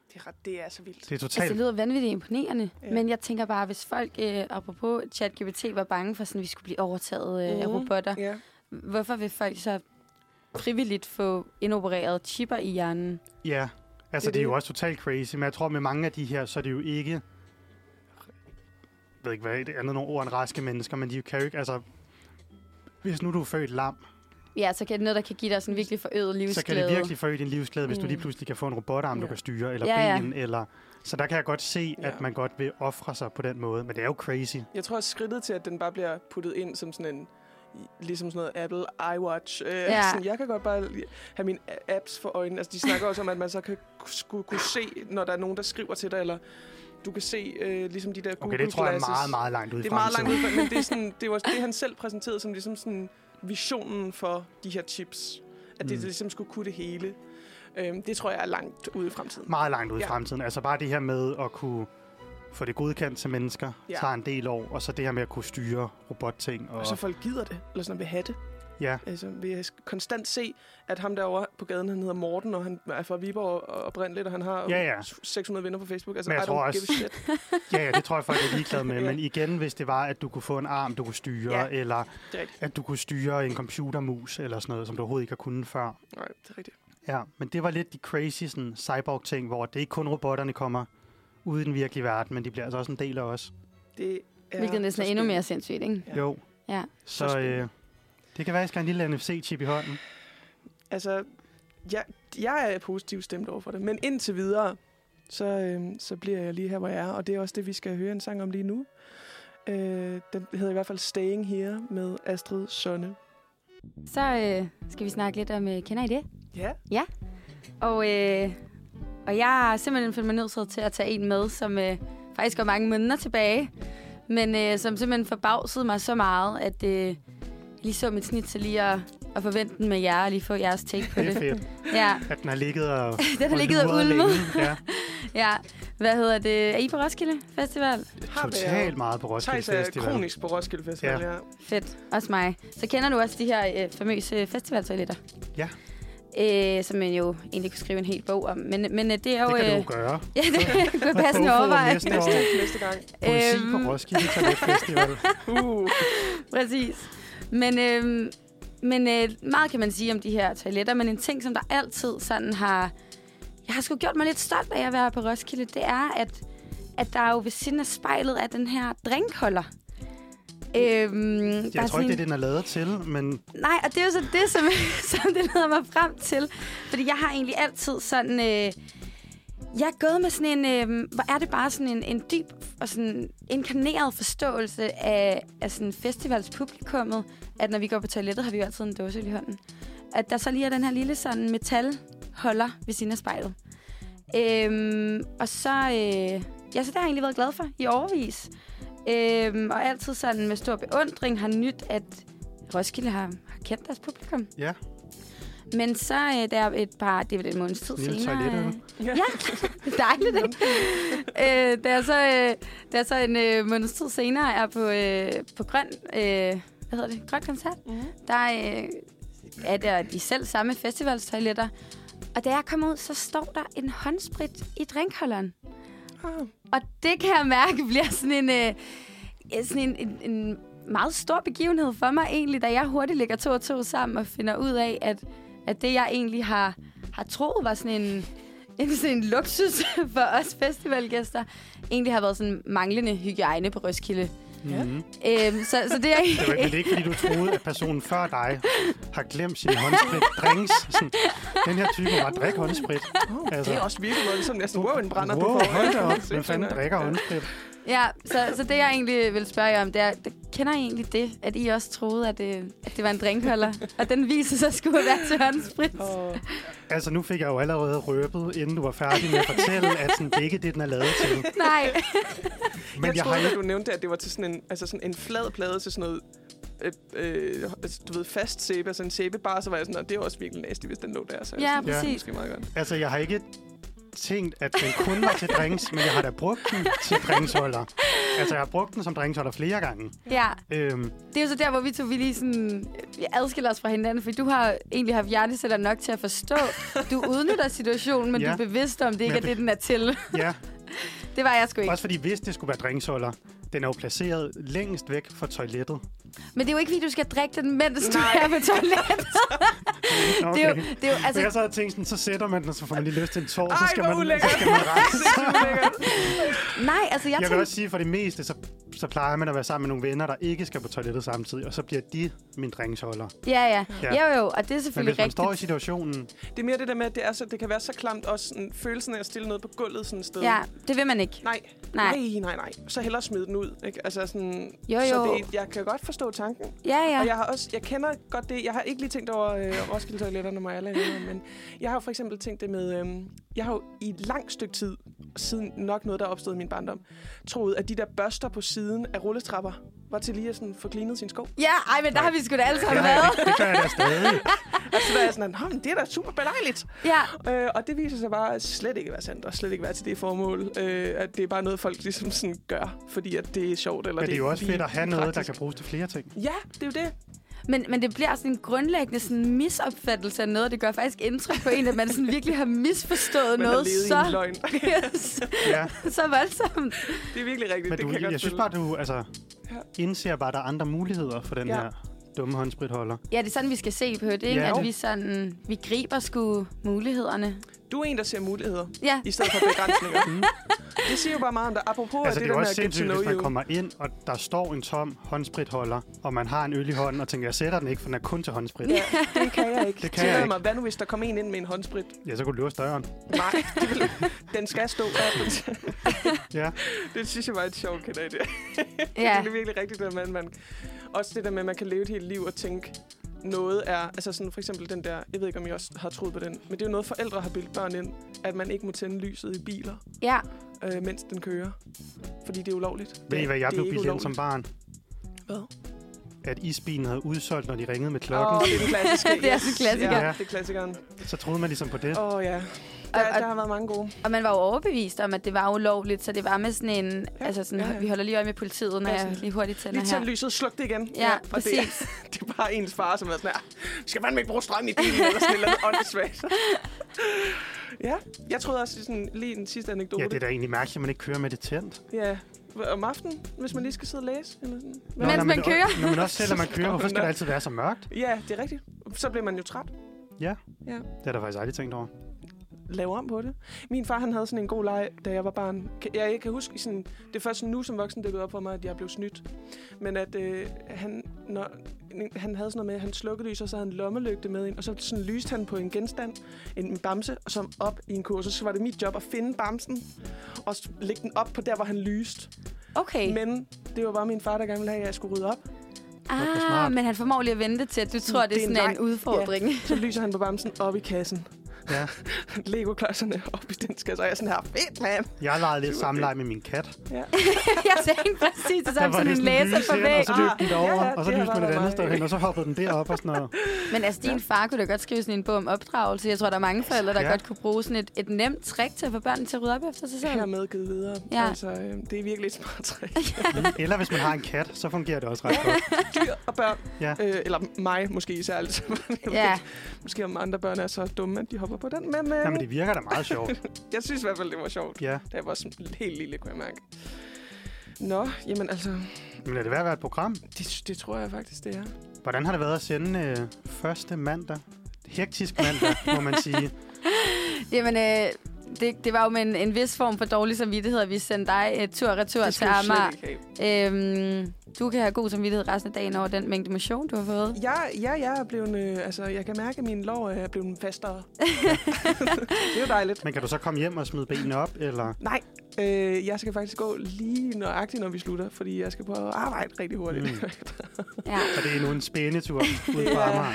Det, er ret, det er så vildt.
Det er totalt...
Altså, det lyder vanvittigt imponerende.
Ja.
Ja. Men jeg tænker bare, hvis folk, øh, apropos ChatGPT, var bange for, sådan, at vi skulle blive overtaget øh, mm. af
Mhm.
robotter,
Ja.
hvorfor vil folk så frivilligt få indopereret chipper i hjernen?
Ja, altså
Det
det, det
er
er jo
det.
også totalt crazy, men jeg tror med mange af de her, så er det jo ikke, jeg ved ikke hvad, det er andet nogle ord end raske mennesker, men de kan jo ikke, altså, hvis nu du er født lam,
Ja, så kan det noget, der kan give dig sådan virkelig forøget livsglæde.
så kan det virkelig forøge din livsglæde, hvis mm. du
Mm.
lige pludselig kan få en robotarm, ja. du
Ja.
kan styre, eller
Ja,
ja,
ja.
ben, eller... Så der kan jeg godt se, at
Ja.
man godt vil ofre sig på den måde, men det er jo crazy.
Jeg tror, at skridtet til, at den bare bliver puttet ind som sådan en ligesom sådan noget Apple iWatch. Øh, ja. sådan, jeg kan godt bare li- have mine a- apps for øjnene. Altså, de snakker også om, at man så kan k- skulle kunne se, når der er nogen, der skriver til dig, eller du kan se øh, ligesom de der Google
Okay, det tror jeg er
Glasses.
meget, meget langt ud i
Det er meget langt
fremtiden.
ud, men det er,
[laughs]
sådan, det var det, han selv præsenterede som ligesom sådan visionen for de her chips. At det
Mm.
mm. ligesom skulle kunne det hele. Øhm, det tror jeg er langt ude i fremtiden.
meget langt ud i
Ja.
fremtiden. Altså bare det her med at kunne få det godkendt til mennesker,
Ja.
tager en del år, og så det her med at kunne styre robotting. Og,
Og så folk gider det, eller sådan vil have det.
ja,
Altså, vi kan konstant se, at ham derovre på gaden, han hedder Morten, og han er fra Viborg og oprindeligt, og han har
Ja, ja.
600 venner på Facebook. Altså,
Men jeg
I
tror
don't
også-
give a shit.
ja, ja, det tror jeg folk er
[laughs]
ligeglade med.
Ja.
Men igen, hvis det var, at du kunne få en arm, du kunne styre,
Ja.
ja. eller
Det er rigtigt.
at du kunne styre en computermus, eller sådan noget, som du overhovedet ikke har kunnet før.
Nej, det er rigtigt.
Ja, men det var lidt de crazy sådan, cyborg-ting, hvor det er ikke kun robotterne kommer ud i den virkelige verden, men de bliver altså også en del af os.
Det er
Hvilket næsten
så
er endnu
spændende.
mere sindssygt, ikke?
Ja.
Jo,
Ja.
Så
så
spændende.
øh, det kan være, at jeg skal have en lille NFC-chip i hånden.
Altså, jeg, jeg er positivt stemt over for det, men indtil videre, så, øhm, så bliver jeg lige her, hvor jeg er. Og det er også det, vi skal høre en sang om lige nu. Øh, den hedder i hvert fald Staying Here med Astrid Sonne.
Så øh, skal vi snakke lidt om, øh, kender I det?
Ja.
Og, øh, og jeg har simpelthen følt mig nødt til at tage en med, som øh, faktisk går mange måneder tilbage, men øh, som simpelthen forbavsede mig så meget, at øh, jeg lige så mit snit til lige at, at forvente den med jer og lige få jeres take på
Det
[laughs]
er
det.
fedt,
Ja,
at den har ligget og
den har ligget og
luret
ulmet.
længe. Ja,
Ja, hvad hedder det? Er I på Roskilde Festival?
Har
totalt meget på Roskilde
Thijs er
Festival.
kronisk på Roskilde Festival,
Ja.
ja.
Fedt. Også mig. Så kender du også de her øh, famøse festivaltoiletter?
Ja.
Øh, som man jo egentlig kunne skrive en hel bog om. Men, men øh, det er jo...
Det kan
øh,
du
[laughs]
jo gøre.
Ja,
[laughs]
det kunne jeg
Bogforum
passende overveje.
næste år.
Næste, næste gang.
Poesi på
Øhm.
Roskilde
[laughs]
Toilet Festival.
Uh.
Præcis. Men, øh, men øh, meget kan man sige om de her toiletter, men en ting, som der altid sådan har... Jeg har sgu gjort mig lidt stolt af at være på Roskilde, det er, at, at der jo ved siden af spejlet er den her drinkholder. Øhm, der
Jeg tror ikke, det
sådan en-
er det, den er lavet til, men
Nej, og det er jo så det, som, [laughs] som det leder mig frem til. Fordi jeg har egentlig altid sådan... Øh, jeg er gået med sådan en... Øh, hvor er det bare sådan en, en dyb og sådan inkarneret forståelse af, af sådan festivalspublikummet. At når vi går på toilettet, har vi jo altid en dåse i hånden. At der så lige er den her lille sådan metalholder ved siden af spejlet. Øhm, og så, øh, ja, så det har jeg egentlig været glad for i overvis. Øhm, og altid sådan med stor beundring har nyt, at Roskilde har, har kendt deres publikum.
Ja.
Men så øh, der er et par, det er vel en måneds tid
Lille
senere.
toilet, eller?
øh, det er [laughs] dejligt, ikke? øh, der, er så, øh, der er så en øh, måneds tid senere er på, øh, på Grøn, øh, hvad hedder det? Grøn Koncert.
Mhm.
Der øh, er der de selv samme festivalstoiletter. Og da jeg kommer ud, så står der en håndsprit i drinkholderen.
[laughs]
Ah,
Og det kan jeg mærke bliver sådan en, øh, ja, sådan en, en, en meget stor begivenhed for mig egentlig, da jeg hurtigt lægger to og to sammen og finder ud af, at, at det jeg egentlig har, har troet var sådan en, en, sådan en luksus [laughs] for os festivalgæster, egentlig har været sådan manglende hygiejne på Roskilde.
Ja.
Mm-hmm.
Øhm, så, så det er
[laughs] Det var men det er ikke, fordi du troede, at personen før dig har glemt sin
[laughs]
håndsprit drinks. Sådan, Den her type var drikke håndsprit. Altså,
det er også virkelig voldsomt. Næsten, wow, en brænder på
wow,
forhånd.
hold da
[laughs]
op. Hvem
Sindssygt
fanden
nok.
drikker
Ja.
håndsprit?
[laughs] Ja, så, så det jeg egentlig vil spørge jer om, det er, det, kender I egentlig det, at I også troede, at det, at det var en drinkholder, og den viser sig skulle være til håndsprit?
Og
Altså, nu fik jeg jo allerede røbet, inden du var færdig med at fortælle, at sådan, det er ikke det, den er lavet til. Men
Nej.
jeg,
jeg,
jeg
troede,
har
at
ikke...
du nævnte, at det var til sådan en, altså sådan en flad plade til sådan noget øh, øh, altså, du ved, fast sæbe, altså en sæbebar, så var jeg sådan, "Nå, det er også virkelig nasty, hvis den lå der. Så jeg
Ja,
sådan, det er
præcis.
Måske meget godt.
Altså, jeg har ikke tænkt, at den kun var til drinks, men jeg har da brugt den til drinksholder. Altså, jeg har brugt den som drinksholder flere gange.
Ja,
Øhm,
det er jo så der, hvor vi to vi lige sådan, øh, vi adskiller os fra hinanden, for du har egentlig haft hjerteceller nok til at forstå. Du udnytter situationen, men
Ja.
ja. du er bevidst om, det ikke
Ja,
er det, den er til.
ja,
Det var jeg sgu ikke.
også fordi hvis det skulle være drinksholder, den er jo placeret længst væk fra toilettet.
Men det er jo ikke, fordi du skal drikke den, mens du
Nej.
er på toilettet.
[laughs] Okay.
Det er jo, det er jo
Altså,
altså,
jeg sad og tænkte sådan, så sætter man den, og så får man lige lyst til en tår, så
Ej,
skal
hvor
man, så
ulækkert.
skal man rejse.
Sindssygt ulækkert.
nej, altså jeg,
Jeg vil
tænkte,
også sige, for det meste, så, så plejer man at være sammen med nogle venner, der ikke skal på toilettet samtidig, og så bliver de min drinksholder.
ja, ja,
Ja.
ja. Jo, jo, og det er
Men
selvfølgelig
hvis man
rigtigt.
står i situationen,
Det er mere det der med, at det, er så, det kan være så klamt også sådan, følelsen af at stille noget på gulvet sådan et sted.
Ja, det vil man ikke.
Nej.
Nej.
nej, nej, nej. Så hellere smide den ud. Ikke? Altså sådan,
Jo,
Så
jo.
det, jeg kan godt forstå tanken.
Ja, ja.
Og jeg har også, jeg kender godt det, jeg har ikke lige tænkt over øh, Roskilde-toiletterne, må jeg alle indrømme, men jeg har jo for eksempel tænkt det med, øh, jeg har jo i et langt stykke tid, siden nok noget, der opstod i min barndom, troet, at de der børster på siden af rulletrapper, var til lige at sådan, få cleanet sin sko.
Ja, ej, men der har vi sgu da alle
det,
sammen
har jeg,
været.
det gør jeg da
[laughs]
stadig.
Og Altså, så var jeg sådan, at det er da super belejligt.
Ja,
Øh, og det viser sig bare slet ikke at være sandt, og slet ikke være til det formål, øh, at det er bare noget, folk ligesom sådan gør, fordi at det er sjovt. Eller
Men det er jo også
lige
fedt at have noget, der
praktisk.
kan bruges til flere
[laughs]
ting.
Ja, det er jo det.
men, men det bliver sådan en grundlæggende sådan misopfattelse af noget. Det gør faktisk indtryk på en, at man sådan virkelig har misforstået
Man har
noget
levet
så,
i en løgn. [laughs]
Ja.
[laughs] så voldsomt.
Det er virkelig rigtigt.
Men
det
du,
kan godt
jeg synes
følge.
bare, du altså, indser bare, at der er andre muligheder for den
Ja.
her dumme håndspritholder.
Ja, det er sådan, vi skal se på det, ikke?
Ja.
Ja. At vi, sådan, vi griber sgu mulighederne.
Du er en, der ser muligheder.
Ja,
i stedet for begrænsninger. det siger jo bare meget om dig. Apropos
Mm. Altså, det,
det,
er
der
jo også
med at get to
sindssygt,
know
hvis man
you.
kommer ind, og der står en tom håndspritholder, og man har en øl i hånden, og tænker, jeg sætter den ikke, for den er kun til håndsprit. Ja,
Det kan jeg ikke.
Det kan
Tillad
jeg ikke.
mig, hvad nu hvis der kommer en ind med en håndsprit?
ja så kunne du løbe døren.
Nej, det vil, den skal stå.
[laughs] Ja.
det synes jeg var et sjovt kanadie.
ja.
Det er virkelig rigtigt, at man, man... Også det der med, at man kan leve et helt liv og tænke, noget er, altså sådan for eksempel den der, jeg ved ikke, om I også har troet på den, men det er jo noget, forældre har bildt børn ind, at man ikke må tænde lyset i biler,
ja.
øh, mens den kører. Fordi det er ulovligt.
Ved I, hvad jeg
Det er
blev
ikke
bildt ind
ulovligt.
som barn?
Hvad?
At isbilen havde udsolgt, når de ringede med
Åh,
klokken.
det er den klassiske.
[laughs] Det er
yes.
den klassiker.
Ja, det er klassikeren.
Oh. Så troede man ligesom på det.
Åh oh, ja. Der,
Og- og-
der har været mange gode.
Og man var jo overbevist om, at det var ulovligt, så det var med sådan en...
Ja,
Ja. Altså sådan,
ja, ja.
vi holder lige øje med politiet, når
Ja,
jeg
sådan-
lige hurtigt tænder
Lige tænd
her.
lyset, sluk det igen.
Ja,
og det,
præcis.
[laughs] det er bare ens far, som er sådan her, "Vi skal man ikke bruge strøm i
[laughs]
bilen, eller sådan et eller andet åndssvagt. [laughs] ja, jeg troede også sådan, lige den sidste anekdote.
Ja, det er da egentlig mærkeligt, at man ikke kører med det tændt.
Ja, om aftenen, hvis man lige skal sidde og læse. Eller sådan. Hvad?
Mens
når
man kører.
Når man også selv, når man kører,
[laughs]
hvorfor skal
Nå.
det altid være så mørkt?
Ja, det er rigtigt. Så bliver man jo træt.
Ja.
Ja.
Det har jeg da faktisk aldrig tænkt over.
lave om på det. Min far, han havde sådan en god leg, da jeg var barn. Kan- Jeg, jeg kan huske, sådan, det er først nu som voksen, det er gået op for mig, at jeg blev snydt. Men at øh, han, når, han havde sådan noget med, at han slukkede lys, og så havde han lommelygte med ind, og så sådan lyste han på en genstand, en, en bamse, og så op i en kursus. Så var det mit job at finde bamsen, og s- lægge den op på der, hvor han lyste.
Okay.
Men det var bare min far, der gerne ville have, at jeg skulle rydde op.
hvor smart.
Ah, men han formår lige at vente til, at du tror, det,
Det er
er
en
sådan en,
leg.
udfordring.
Så lyser han på bamsen op i kassen. [laughs]
Ja.
Lego-klodserne op i den skal, så er jeg sådan her, fedt, man.
Jeg legede lidt samleje med min kat.
Ja.
[laughs] jeg sagde hende præcis det
Der
samme,
var
som
det
en
sådan
læser
lys
på
ind,
væg.
Og så løb den derover,
Ah, Ja, ja,
og så
det
løb
har
den et
været
andet
mig.
sted hen, og så hoppede den derop og sådan noget.
Men altså, din far kunne da godt skrive sådan en bog om opdragelse. Jeg tror, der er mange forældre, der
Ja.
ja. godt kunne bruge sådan et, et nemt trick til at få børnene til at rydde op efter sig
Jeg har
selv.
medgivet videre.
Ja.
Altså, øh, det er virkelig et smart
[laughs]
trick.
Eller hvis man har en kat, så fungerer det også ret
[laughs]
godt.
Dyr og børn.
Ja.
Øh, eller mig måske altså, [laughs] særligt.
Ja,
Måske om andre børn er så dumme, at de hopper på den. Men, øh,
Jamen, det virker da meget sjovt.
jeg synes i hvert fald, det var sjovt.
Ja.
Da jeg var sådan helt lille, kunne jeg mærke. Nå, jamen altså,
Men er det værd at være et program?
det, det tror jeg faktisk, det er.
Hvordan har det været at sende øh, første mandag? Hektisk
[laughs]
mandag, må man sige.
jamen, øh, det, det var jo med en, en vis form for dårlig samvittighed, at vi sendte dig et tur og retur
det
til
skal du slet
Amager.
ikke have.
Øhm, du kan have god samvittighed resten af dagen over den mængde motion, du har [laughs] fået.
Jeg, ja, jeg er blevet, øh, altså, jeg kan mærke, at min lår er blevet
[laughs]
fastere. [laughs] det er jo dejligt.
Men kan du så komme hjem og smide benene op, eller?
Nej, øh, jeg skal faktisk gå lige nøjagtigt, når vi slutter, fordi jeg skal på arbejde rigtig hurtigt.
Mm.
Mm.
Ja.
Så det er nu en spænetur ud på
Ja.
Amager.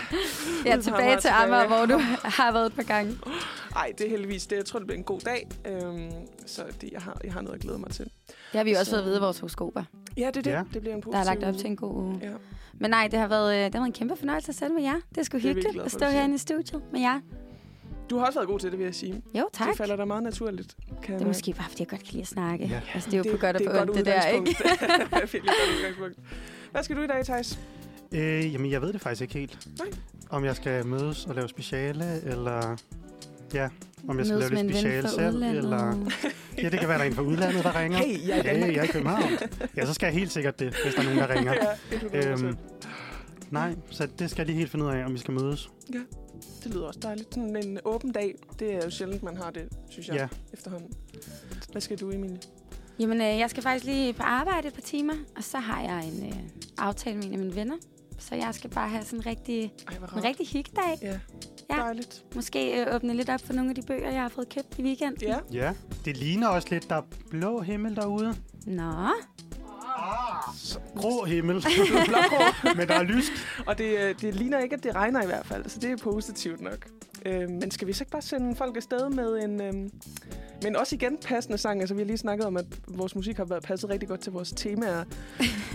ja, tilbage til Amager, hvor du [laughs] har været et par gange.
Nej, det er heldigvis det. Jeg tror, det bliver en god dag, øhm, så det, jeg, har, jeg har noget at glæde mig til.
Det har vi jo også
Så-
fået at vide i vores horoskoper,
Ja, det er det.
Ja.
Ja. Det bliver en positiv
der er lagt op til en god uge.
Ja.
Men nej, det har været, øh, det har været en kæmpe fornøjelse at sende med jer. Det er sgu
Det er vi
hyggeligt
glade
at
for,
stå
du siger.
herinde i studiet med jer.
Du har også været god til det, vil jeg sige.
Jo, tak.
Det falder dig meget naturligt. Kan
Det
jeg
er
mærke.
måske bare, fordi jeg godt kan lide at snakke.
Ja.
Ja. Altså, det er jo på godt og
det
på
er et
ondt, det der, ikke?
udgangspunkt. [laughs] det er et virkelig
[laughs]
godt udgangspunkt. Hvad skal du i dag, Thijs?
Øh, jamen, jeg ved det faktisk ikke helt.
Nej.
Om jeg skal mødes og lave speciale, eller... Ja, om jeg skal lave
Mødes med
lidt
en ven
speciale
fra
selv,
udlandet.
eller... Ja, det kan være, der er en fra udlandet, der ringer.
Hey, jeg er i
hey,
Danmark.
jeg er i København. Ja, så skal jeg helt sikkert det, hvis der er nogen, der
[laughs]
ringer.
Ja, 100%.
Øhm, nej, så det skal jeg lige helt finde ud af, om vi skal mødes.
Det lyder også dejligt. Sådan en åben dag, det er jo sjældent, man har det, synes jeg,
Ja.
ja. efterhånden. Hvad skal du, Emilie?
Jamen, øh, jeg skal faktisk lige på arbejde et par timer, og så har jeg en øh, aftale med en af mine venner. Så jeg skal bare have sådan en rigtig,
Ej, hvor
en
rart.
rigtig hyggedag.
Ja.
Ja.
ja. Dejligt.
Måske øh, åbne lidt op for nogle af de bøger, jeg har fået købt i weekenden.
Ja.
Ja, det ligner også lidt, der er blå himmel derude.
Nå,
Ah.
Grå himmel.
[laughs]
Men der er lyst.
Og det, øh, det ligner ikke, at det regner i hvert fald, så det er positivt nok. Øh, men skal vi så ikke bare sende folk afsted med en... Øh, men også igen passende sang. Altså, vi har lige snakket om, at vores musik har været passet rigtig godt til vores temaer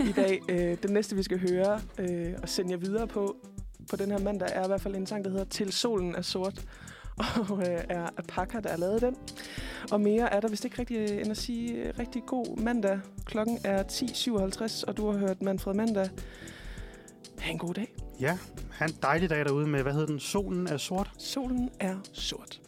i dag. Øh, den næste, vi skal høre øh, og sende jer videre på på den her mandag, er i hvert fald en sang, der hedder Til solen er sort. [laughs] Og øh, er Apaka, der har lavet den. Og mere er der vist ikke rigtig øh, end at sige øh, rigtig god mandag. Klokken er 10.57, og du har hørt Manfred Mandag. Ha' en god dag.
Ja, han en dejlig dag derude med, hvad hedder den? Solen er sort.
Solen er sort.